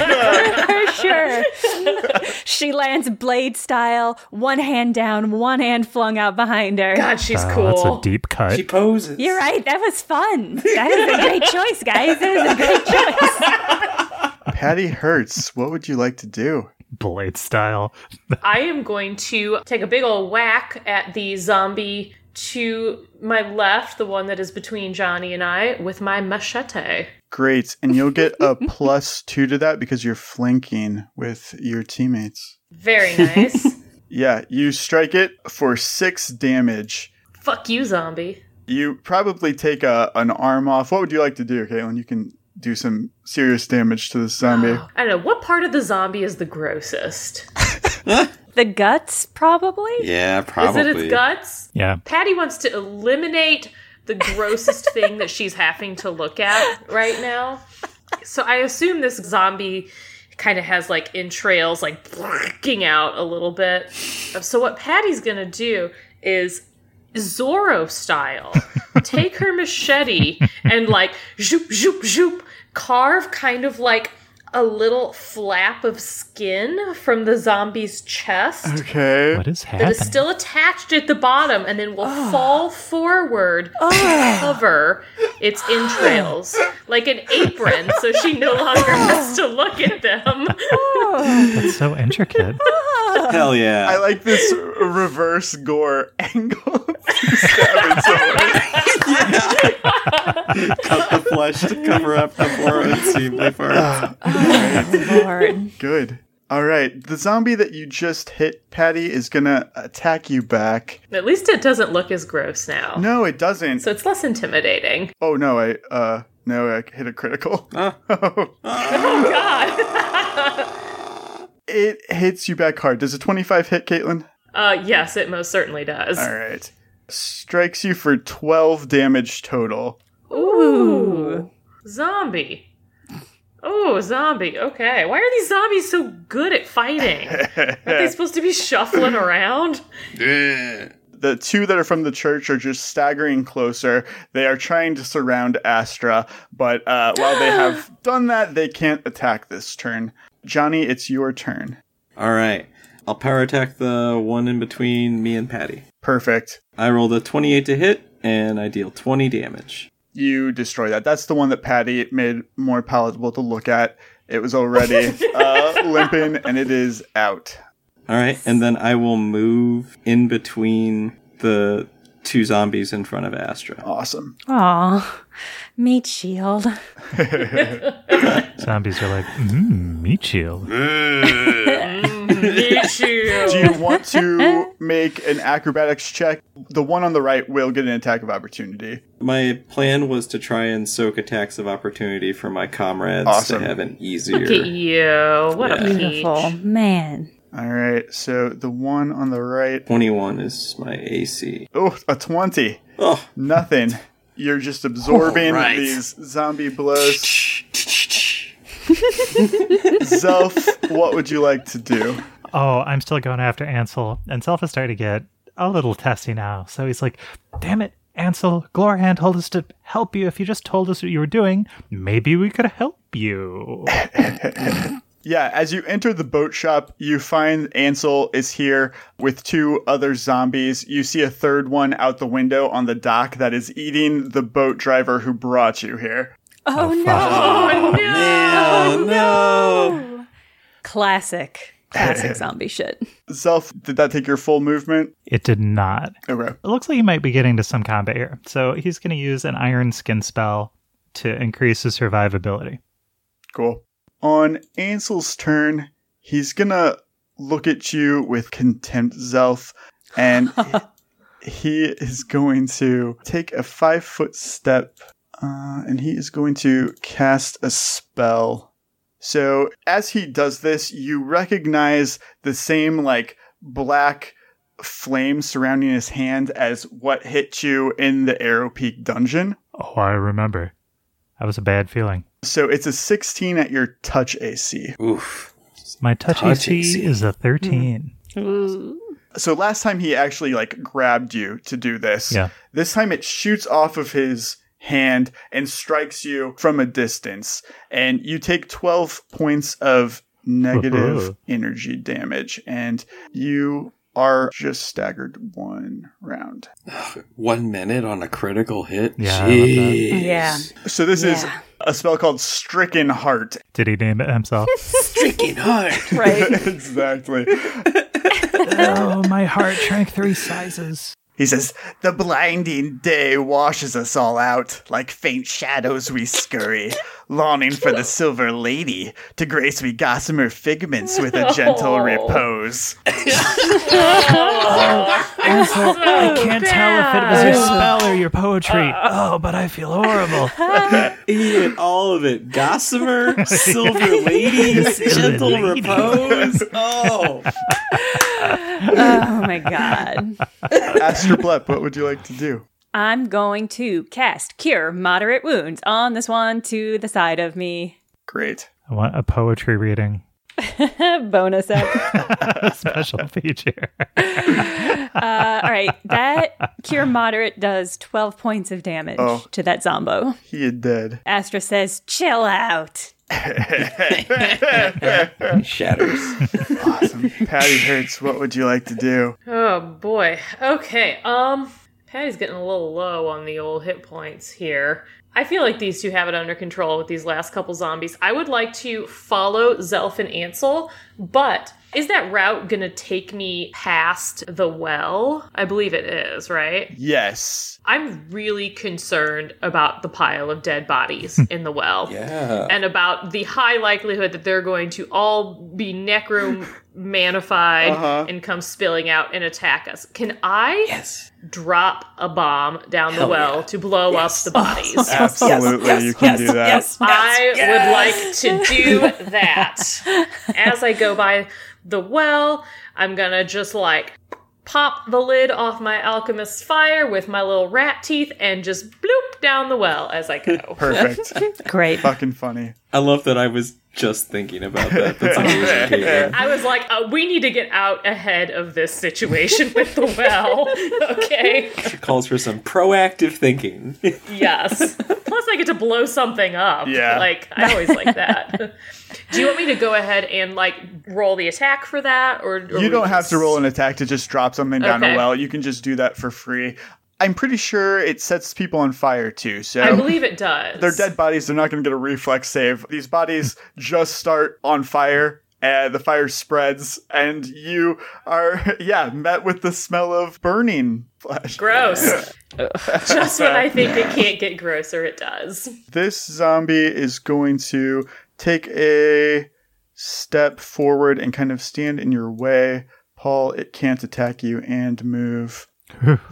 for sure. She lands blade style, one hand down, one hand flung out behind her. God, she's Oh, cool. that's a deep cut. She poses. You're right. That was fun. That is a great choice, guys. That is a great choice. Patty Hertz, what would you like to do? Blade style. I am going to take a big old whack at the zombie to my left, the one that is between Johnny and I, with my machete. Great. And you'll get a plus two to that because you're flanking with your teammates. Very nice. Yeah, you strike it for six damage. Fuck you, zombie. You probably take a, an arm off. What would you like to do, Caitlin? You can do some serious damage to this zombie. I don't know. What part of the zombie is the grossest? the guts, probably? Yeah, probably. Is it its guts? Yeah. Patty wants to eliminate the grossest thing that she's having to look at right now. So I assume this zombie kind of has like entrails like blacking out a little bit. So what Patty's gonna do is Zorro style, take her machete and like zoop zoop zoop carve kind of like a little flap of skin from the zombie's chest Okay. What is that happening? is still attached at the bottom and then will fall forward to cover its entrails like an apron so she no longer has to look at them. That's so intricate. Hell yeah. I like this reverse gore angle. Stabbing someone. Cut the flesh to cover up the more unseemly parts. Lord. Good. All right. The zombie that you just hit, Patty, is going to attack you back. at least it doesn't look as gross now. No, it doesn't. So it's less intimidating. Oh, no. I, uh, no, I hit a critical. Oh. it hits you back hard. Does a 25 hit, Caitlin? Uh, yes, it most certainly does. All right. Strikes you for 12 damage total. Ooh. Zombie. Oh, zombie. Okay. Why are these zombies so good at fighting? Aren't they supposed to be shuffling around? The two that are from the church are just staggering closer. They are trying to surround Astra, but uh, while they have done that, they can't attack this turn. Johnny, it's your turn. All right. I'll power attack the one in between me and Patty. Perfect. I rolled a 28 to hit, and I deal 20 damage. You destroy that. That's the one that Patty made more palatable to look at. It was already uh, limping, and it is out. All right, and then I will move in between the two zombies in front of Astra. Awesome. Aw. Meat shield. Zombies are like, mmm, meat shield. Do you Oh. want to make an acrobatics check? The one on the right will get an attack of opportunity. My plan was to try and soak attacks of opportunity for my comrades Awesome. to have an Look at easier you. What a Beautiful. peach. Man. All right, so the one on the right. 21 is my AC. Oh, a 20. Oh, Nothing. You're just absorbing All right. these zombie blows. Zelf, what would you like to do? Oh, I'm still going after Ansel. And Self is starting to get a little testy now. So he's like, damn it, Ansel, Glorhand told us to help you. If you just told us what you were doing, maybe we could help you. Yeah, as you enter the boat shop, you find Ansel is here with two other zombies. You see a third one out the window on the dock that is eating the boat driver who brought you here. Oh, no. Oh, no. Classic. Classic zombie shit. Zelf, did that take your full movement? It did not. Okay. It looks like he might be getting to some combat here. So he's going to use an iron skin spell to increase his survivability. Cool. On Ansel's turn, he's gonna look at you with contempt, Zelf, and he is going to take a five foot step, uh, and he is going to cast a spell. So as he does this, you recognize the same like black flame surrounding his hand as what hit you in the Arrow Peak dungeon. Oh, I remember. That was a bad feeling. So it's a 16 at your touch AC. oof. My touch, Touch AC AC. is a 13. So last time he actually like grabbed you to do this. Yeah. This time it shoots off of his hand and strikes you from a distance and you take 12 points of negative Ooh. energy damage and you are just staggered one round. One minute on a critical hit? Yeah, I love that. Jeez. Yeah. So this is Yeah. a spell called Stricken Heart. Did he name it himself? Freaking hard. Right. exactly. oh, my heart shrank three sizes. He says, The blinding day washes us all out. Like faint shadows, we scurry, longing for the silver lady to grace we gossamer figments with a gentle Oh. repose. Also, I can't tell if it was your spell or your poetry. Oh, but I feel horrible. Eat it, all of it. Gossamer, Silver Ladies, Silver Gentle lady. Repose. Oh. oh my god. Aster Blep, what would you like to do? I'm going to cast Cure Moderate Wounds on this one to the side of me. Great. I want a poetry reading. Bonus up. Special feature. Uh, all right, that Cure Moderate does 12 points of damage Oh. to that Zombo. He is dead. Astra says, chill out. Shatters. awesome. Patty Hurts, what would you like to do? Oh boy. Okay. Um, Patty's getting a little low on the old hit points here. I feel like these two have it under control with these last couple zombies. I would like to follow Zelf and Ansel, but is that route gonna take me past the well? I believe it is, right? Yes. I'm really concerned about the pile of dead bodies in the well. Yeah. And about the high likelihood that they're going to all be necromanified Uh-huh. and come spilling out and attack us. Can I drop a bomb down the Hell well yeah. to blow up the bodies? Absolutely, you can do that. I yes. would like to do that. As I go by the well, I'm gonna just like pop the lid off my alchemist's fire with my little rat teeth and just bloop down the well as I go. Perfect. Great. Fucking funny. I love that I was just thinking about that. That's amazing, Caitlin. I was like, uh, we need to get out ahead of this situation with the well. Okay. It calls for some proactive thinking. Yes. Plus, I get to blow something up. Yeah. Like, I always like that. Do you want me to go ahead and, like, roll the attack for that? Or, or You we don't just- have to roll an attack to just drop something down Okay. a well. You can just do that for free. I'm pretty sure it sets people on fire too. So I believe it does. They're dead bodies. They're not going to get a reflex save. These bodies just start on fire. And the fire spreads, and you are, yeah, met with the smell of burning flesh. Gross. Just when I think it can't get grosser, it does. This zombie is going to take a step forward and kind of stand in your way. Paul, it can't attack you and move.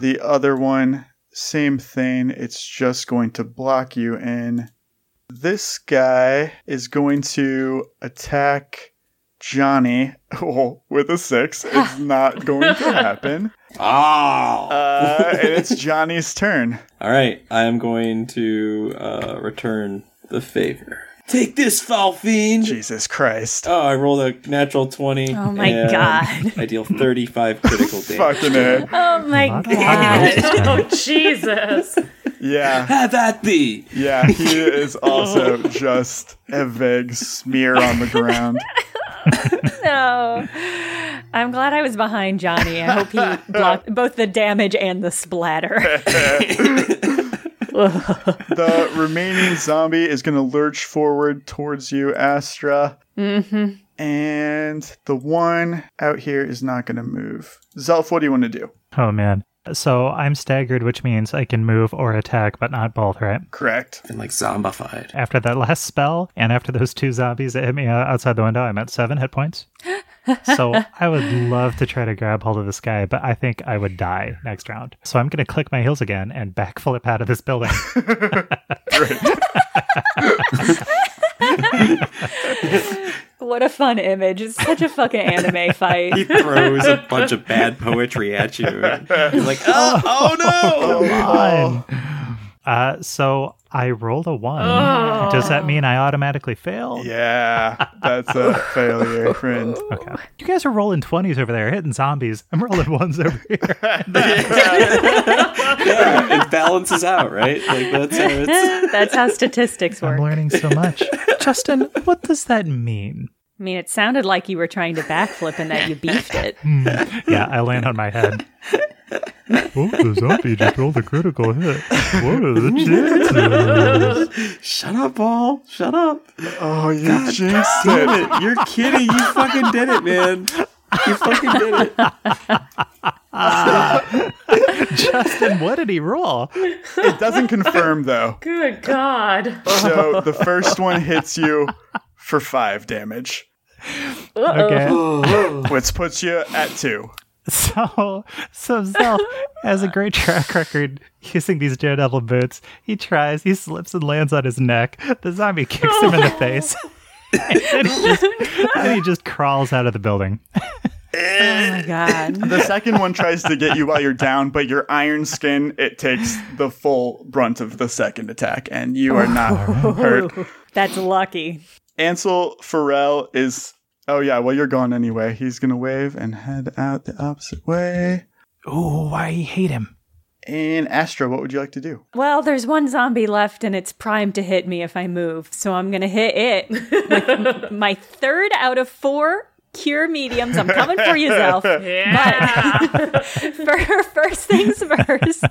the other one, same thing. It's just going to block you in. This guy is going to attack Johnny oh, with a six. It's not going to happen. Ah. Uh, and it's Johnny's turn. All right, I am going to uh, return the favor. Take this, foul fiend! Jesus Christ. Oh, I rolled a natural 20. Oh my and God. I deal 35 critical damage. Fucking it. Oh my god. oh, Jesus. Yeah. Have that be! Yeah, he is also just a vague smear on the ground. no. I'm glad I was behind Johnny. I hope he blocked both the damage and the splatter. The remaining zombie is going to lurch forward towards you, Astra. hmm And the one out here is not going to move. Zelf, what do you want to do? Oh, man. So I'm staggered, which means I can move or attack, but not both, right? Correct. And like zombified. After that last spell and after those two zombies that hit me uh, outside the window, I'm at seven hit points. so I would love to try to grab hold of this guy, but I think I would die next round. So I'm going to click my heels again and backflip out of this building. What a fun image. It's such a fucking anime He fight. throws a bunch of bad poetry at you. He's like, oh, oh no! Oh, Uh, so I rolled a one. Oh. Does that mean I automatically fail? yeah, that's a failure, friend. Okay. You guys are rolling 20s over there, hitting zombies. I'm rolling ones over here. Yeah, it balances out, right? Like, that's how it's. That's how statistics I'm work. I learning so much. Justin, what does that mean? mean, it sounded like you were trying to backflip and that you beefed it. Oh Hmm. Yeah, I land on my head. Oh, the zombie just rolled a critical hit. What are the chances? Shut up, Paul. Shut up. Oh, you jinxed Damn it. it. You're kidding. You fucking did it, man. You fucking did it. Justin, what did he roll? It doesn't confirm though. Good God. So the first one hits you for five damage. Okay. Which puts you at two. So, so Zelf has a great track record using these Daredevil boots. He tries, he slips and lands on his neck. The zombie kicks him in the face. and, then he just, then he just crawls out of the building. Oh my god. The second one tries to get you while you're down, but your iron skin it takes the full brunt of the second attack, and you are not hurt. That's lucky. Ansel Farrell is. Oh yeah, well you're gone anyway. He's gonna wave and head out the opposite way. Ooh, I hate him. And Astro, what would you like to do? Well, there's one zombie left and it's primed to hit me if I move. So I'm going to hit it with m- my third out of four cure mediums. I'm coming for you, Zelf. But for first things first,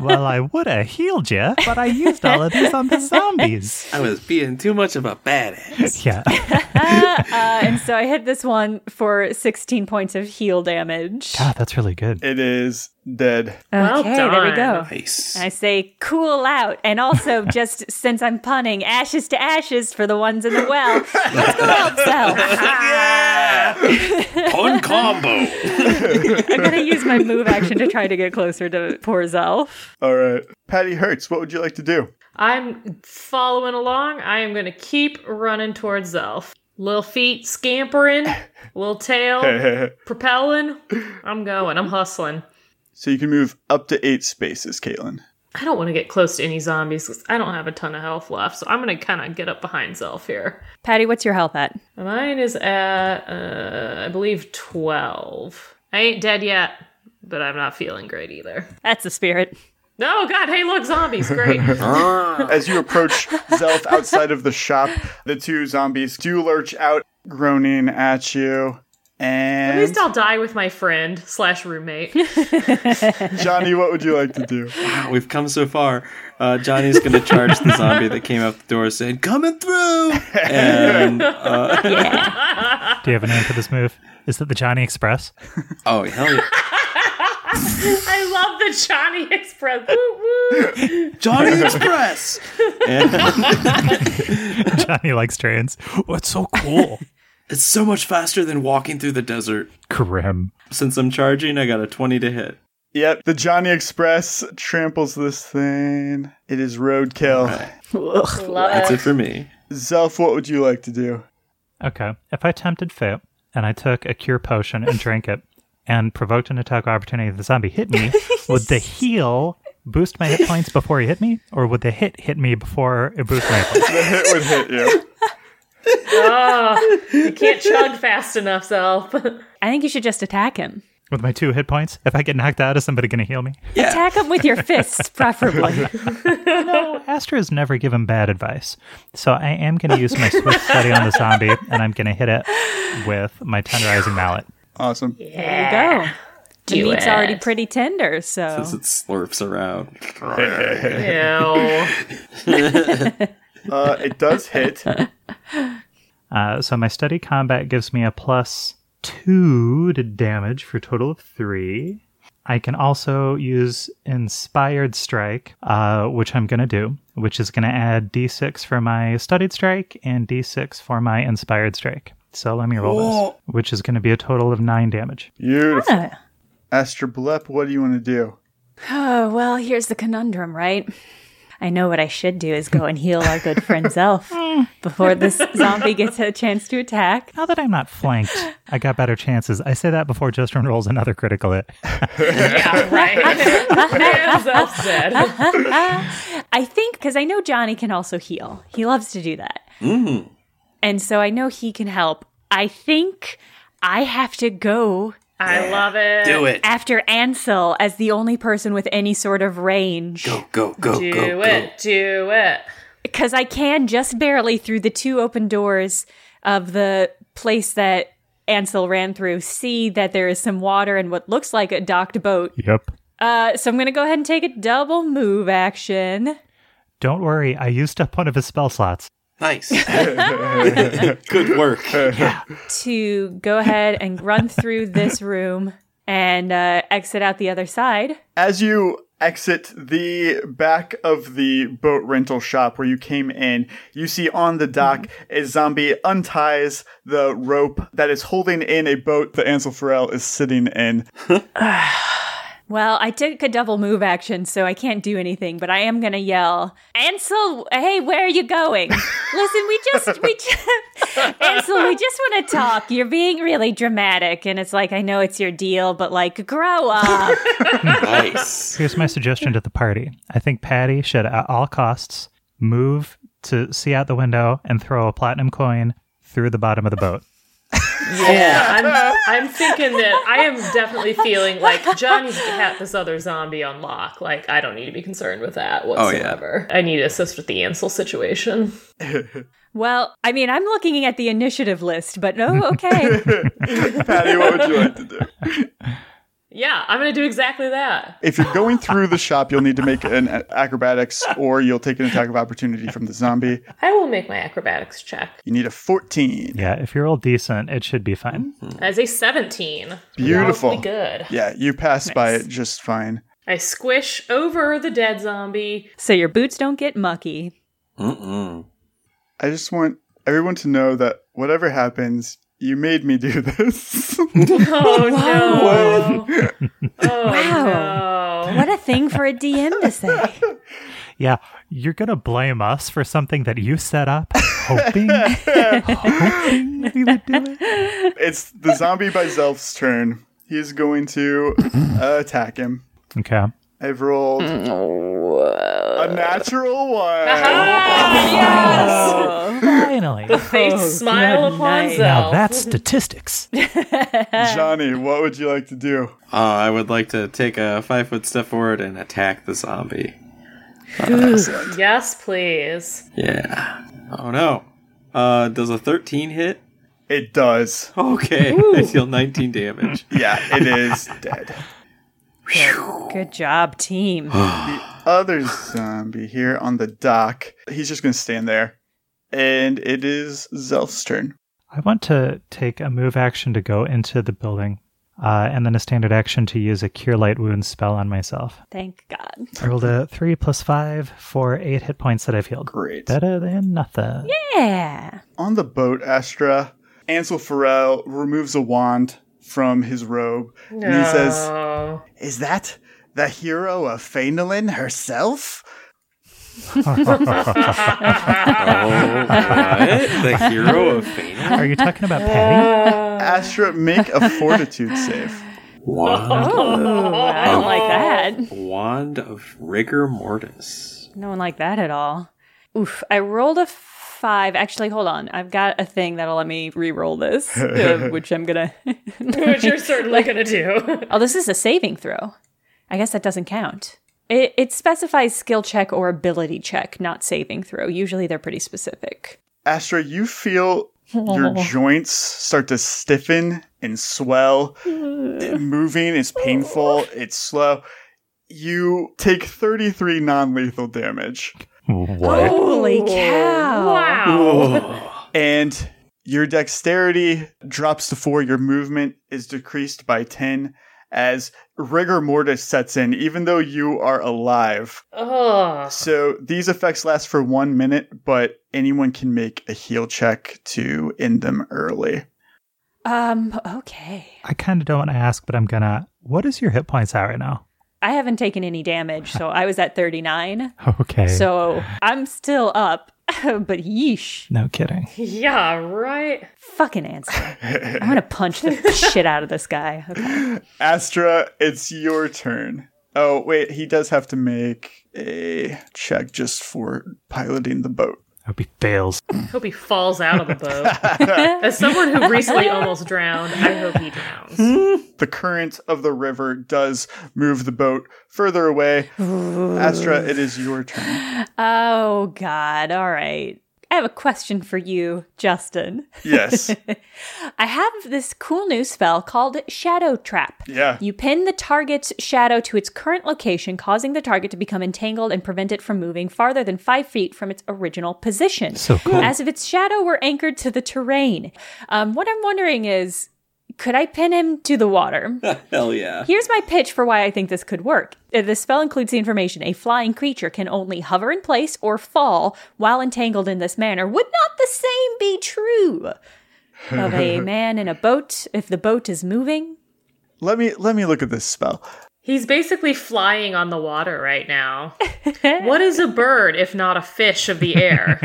Well, I would have healed you, but I used all of these on the zombies. I was being too much of a badass. Yeah. uh, and so I hit this one for 16 points of heal damage. God, that's really good. It is dead. Well okay, there we go. done. Nice. I say cool out. And also, just since I'm punning, ashes to ashes for the ones in the well. Let's go help Zelf. Pun combo. I'm going to use my move action to try to get closer to poor Zelf. All right, Patty Hertz, what would you like to do? I'm following along. I am going to keep running towards Zelf. Little feet scampering, little tail propelling. I'm going. I'm hustling. so you can move up to eight spaces, Caitlin. I don't want to get close to any zombies 'cause I don't have a ton of health left. So I'm going to kind of get up behind Zelf here. Patty, what's your health at? Mine is at, uh, I believe, 12. I ain't dead yet, but I'm not feeling great either. That's the spirit. No, God, hey, look, zombies. Great. As you approach Zelf outside of the shop, the two zombies do lurch out, groaning at you. At And least I'll die with my friend slash roommate. Johnny, what would you like to do? We've come so far. Uh, Johnny's going to charge the zombie that came out the door saying, coming through! And, uh, Do you have a name for this move? Is it the Johnny Express? oh, hell yeah. I love the Johnny Express. Woo woo. Johnny Express! Johnny likes trains. What's so cool? It's so much faster than walking through the desert. Grim. Since I'm charging, I got a 20 to hit. Yep, the Johnny Express tramples this thing. It is roadkill. That's it for me. Zelf, what would you like to do? Okay. If I tempted fate and I took a cure potion and drank it and provoked an attack opportunity, if the zombie hit me, would the heal boost my hit points before he hit me? Or would the hit hit me before it boosts my hit points? The hit would hit you. Oh, you can't chug fast enough, self. I think you should just attack him. With my two hit points? If I get knocked out, is somebody going to heal me? Attack him with your fists, preferably. No, Astra's never given bad advice. So I am going to use my swift study on the zombie and I'm going to hit it with my tenderizing mallet. Awesome. There you go. The Do meat's it. already pretty tender, so As it slurps around. Ew. Uh, it does hit. Uh, so my steady combat gives me a plus two to damage for a total of three. I can also use Inspired Strike, uh, which I'm going to do, which is going to add d6 for my Studied Strike and d6 for my Inspired Strike. So let me roll this, which is going to be a total of nine damage. Beautiful. Yeah. Astra Blep, what do you want to do? Oh, well, here's the conundrum, right? I know what I should do is go and heal our good friend Zelf before this zombie gets a chance to attack. Now that I'm not flanked, I got better chances. I say that before Justin rolls another critical hit. Yeah, right. Man, Zelf's dead. I think because I know Johnny can also heal. He loves to do that. And so I know he can help. I think I have to go I love it. Do it. after Ansel as the only person with any sort of range. Go, go, go, Do go, go. it. Do it. because I can just barely through the two open doors of the place that Ansel ran through see that there is some water and what looks like a docked boat. Yep. Uh, so I'm going to go ahead and take a double move action. Don't worry, I used up one of his spell slots. Nice. Good work. to go ahead and run through this room and uh, exit out the other side. As you exit the back of the boat rental shop where you came in, you see on the dock a zombie unties the rope that is holding in a boat that Ansel Farrell is sitting in. Well, I took a double move action, so I can't do anything, but I am gonna yell, Ansel, hey, where are you going? Listen, we just, we just, Ansel, we just want to talk. You're being really dramatic, and it's like I know it's your deal, but like, grow up. Nice. Here's my suggestion to the party. I think Patty should, at all costs, move to see out the window and throw a platinum coin through the bottom of the boat. Yeah, I'm, I'm thinking that I am definitely feeling like Johnny's got this other zombie on lock. Like, I don't need to be concerned with that Oh, yeah. whatsoever. I need to assist with the Ansel situation. well, I mean, I'm looking at the initiative list, but no, okay. Patty, what would you like to do? Yeah, I'm going to do exactly that. If you're going through the shop, you'll need to make an acrobatics or you'll take an attack of opportunity from the zombie. I will make my acrobatics check You need a 14. Yeah, if you're all decent, it should be fine. as a 17. Beautiful. Probably good. Yeah, you pass by it just fine. I squish over the dead zombie. so your boots don't get mucky. Mm-mm. I just want everyone to know that whatever happens, you made me do this. Oh, no. wow. What a thing for a DM to say. Yeah, you're going to blame us for something that you set up, hoping, hoping we would do it. it's the zombie by Zelf's turn. He is going to uh, attack him. Okay. I've rolled a natural one. Finally. The fake smile upon Zelf. Now that's statistics. Johnny, what would you like to do? Uh, I would like to take a five foot step forward and attack the zombie. yes, please. Yeah. Oh no. Uh, does a 13 hit? It does. Okay. Ooh. I deal 19 damage. yeah, it is dead. Good job, team. the other zombie here on the dock, he's just going to stand there. And it is Zelf's turn. I want to take a move action to go into the building, uh, and then a standard action to use a Cure Light Wounds spell on myself. Thank God. I rolled a three plus five for eight hit points that I've healed. Great. Better than nothing. Yeah. On the boat, Astra, Ansel Farrell removes a wand from his robe and he says, No. Is that the hero of Fainalin herself? The hero of Fainalin? Are you talking about Patty? Astra, make a fortitude save. Wand. Oh, I don't like that. Wand of rigor mortis. No one liked that at all. Oof, I rolled a five. Actually, hold on. I've got a thing that'll let me re-roll this, uh, which I'm gonna. Which you're certainly going to do. oh, this is a saving throw. I guess that doesn't count. It, it specifies skill check or ability check, not saving throw. Usually, they're pretty specific. Astra, you feel your Oh. joints start to stiffen and swell. It- moving is painful, it's slow. You take 33 non lethal damage, Oh. What? Holy cow! Wow. and your dexterity drops to four. Your movement is decreased by 10 as rigor mortis sets in, even though you are alive. Ugh. So these effects last for one minute, but anyone can make a heal check to end them early. Um. Okay. I kind of don't want to ask, but I'm gonna. What is your hit points at right now? I haven't taken any damage, so I was at 39. Okay. So I'm still up, but yeesh. No kidding. Yeah, right? Fucking answer. I'm gonna punch the shit out of this guy. Okay. Astra, it's your turn. Oh, wait, he does have to make a check just for piloting the boat. I hope he fails. Hope he falls out of the boat. As someone who recently almost drowned, I hope he drowns. The current of the river does move the boat further away. Astra, it is your turn. Oh god. All right. I have a question for you, Justin. Yes. I have this cool new spell called Shadow Trap. Yeah. You pin the target's shadow to its current location, causing the target to become entangled and prevent it from moving farther than five feet from its original position. So cool. As if its shadow were anchored to the terrain. Um, what I'm wondering is could I pin him to the water? Hell yeah. Here's my pitch for why I think this could work. Uh, The spell includes the information a flying creature can only hover in place or fall while entangled in this manner. Would not the same be true of a man in a boat if the boat is moving? Let me let me look at this spell. He's basically flying on the water right now. what is a bird if not a fish of the air?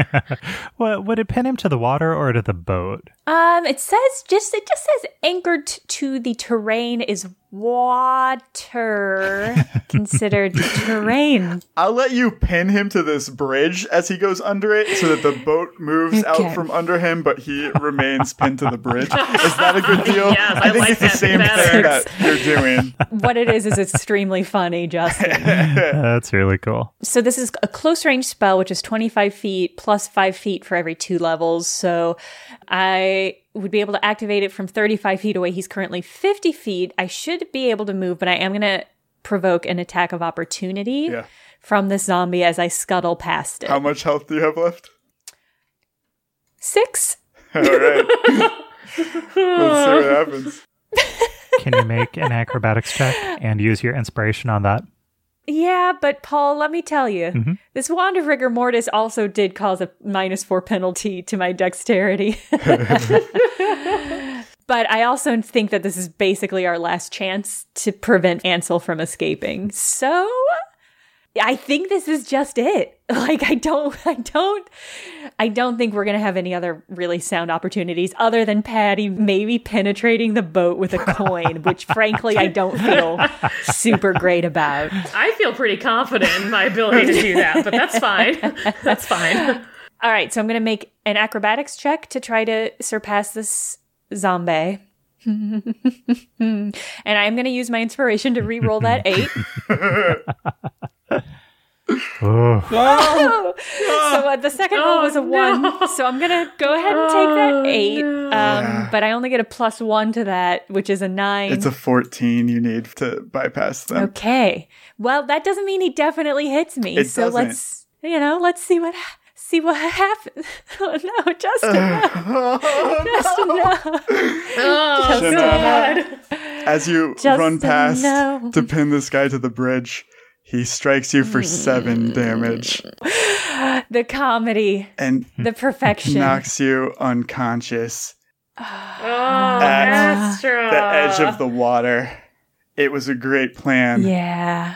Well, would it pin him to the water or to the boat? Um, it says just it just says anchored to the terrain is water considered terrain. I'll let you pin him to this bridge as he goes under it so that the boat moves Okay. out from under him, but he remains pinned to the bridge. Is that a good deal? Yes, I think like it's the that same better. thing that you're doing. What it is is extremely funny, Justin. That's really cool. So this is a close range spell, which is 25 feet plus 5 feet for every two levels. So I would be able to activate it from 35 feet away. He's currently 50 feet. I should be able to move, but I am going to provoke an attack of opportunity Yeah. from this zombie as I scuttle past it. How much health do you have left? Six? All right. Let's see what happens. Can you make an acrobatics check and use your inspiration on that? Yeah, but Paul, let me tell you, this wand of rigor mortis also did cause a minus four penalty to my dexterity. but I also think that this is basically our last chance to prevent Ansel from escaping. So I think this is just it. Like I don't, I don't, I don't think we're gonna have any other really sound opportunities other than Patty maybe penetrating the boat with a coin, which frankly I don't feel super great about. I feel pretty confident in my ability to do that, but that's fine. that's fine. All right, so I'm going to make an acrobatics check to try to surpass this zombie. and I'm going to use my inspiration to re-roll that eight. Oh, so uh, the second roll was a one. So I'm going to go ahead and take that eight. Um, but I only get a plus one to that, which is a nine. It's a 14 you need to bypass them. okay. Well, that doesn't mean he definitely hits me. It so doesn't. let's, you know, let's see what ha- see what happens. oh no, Justin, no. Justin, no. Oh, Shouldn't God. As you Justin, run past no. to pin this guy to the bridge, he strikes you for seven damage The comedy, and the perfection. knocks you unconscious Oh, at Astra. the edge of the water. It was a great plan. Yeah.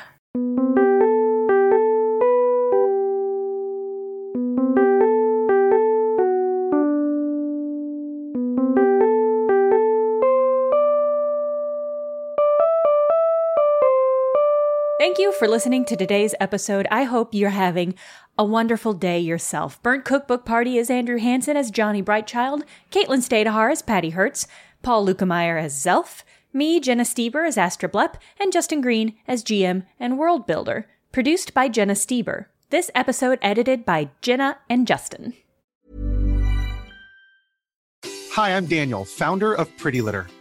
Thank you for listening to today's episode. I hope you're having a wonderful day yourself. Burnt Cookbook Party is Andrew Hansen as Johnny Brightchild, Caitlin Stadahar as Patty Hertz, Paul Lukemeyer as Zelf, me, Jenna Stieber as Astra Blep, and Justin Green as GM and World Builder. Produced by Jenna Stieber. This episode edited by Jenna and Justin. Hi, I'm Daniel, founder of Pretty Litter.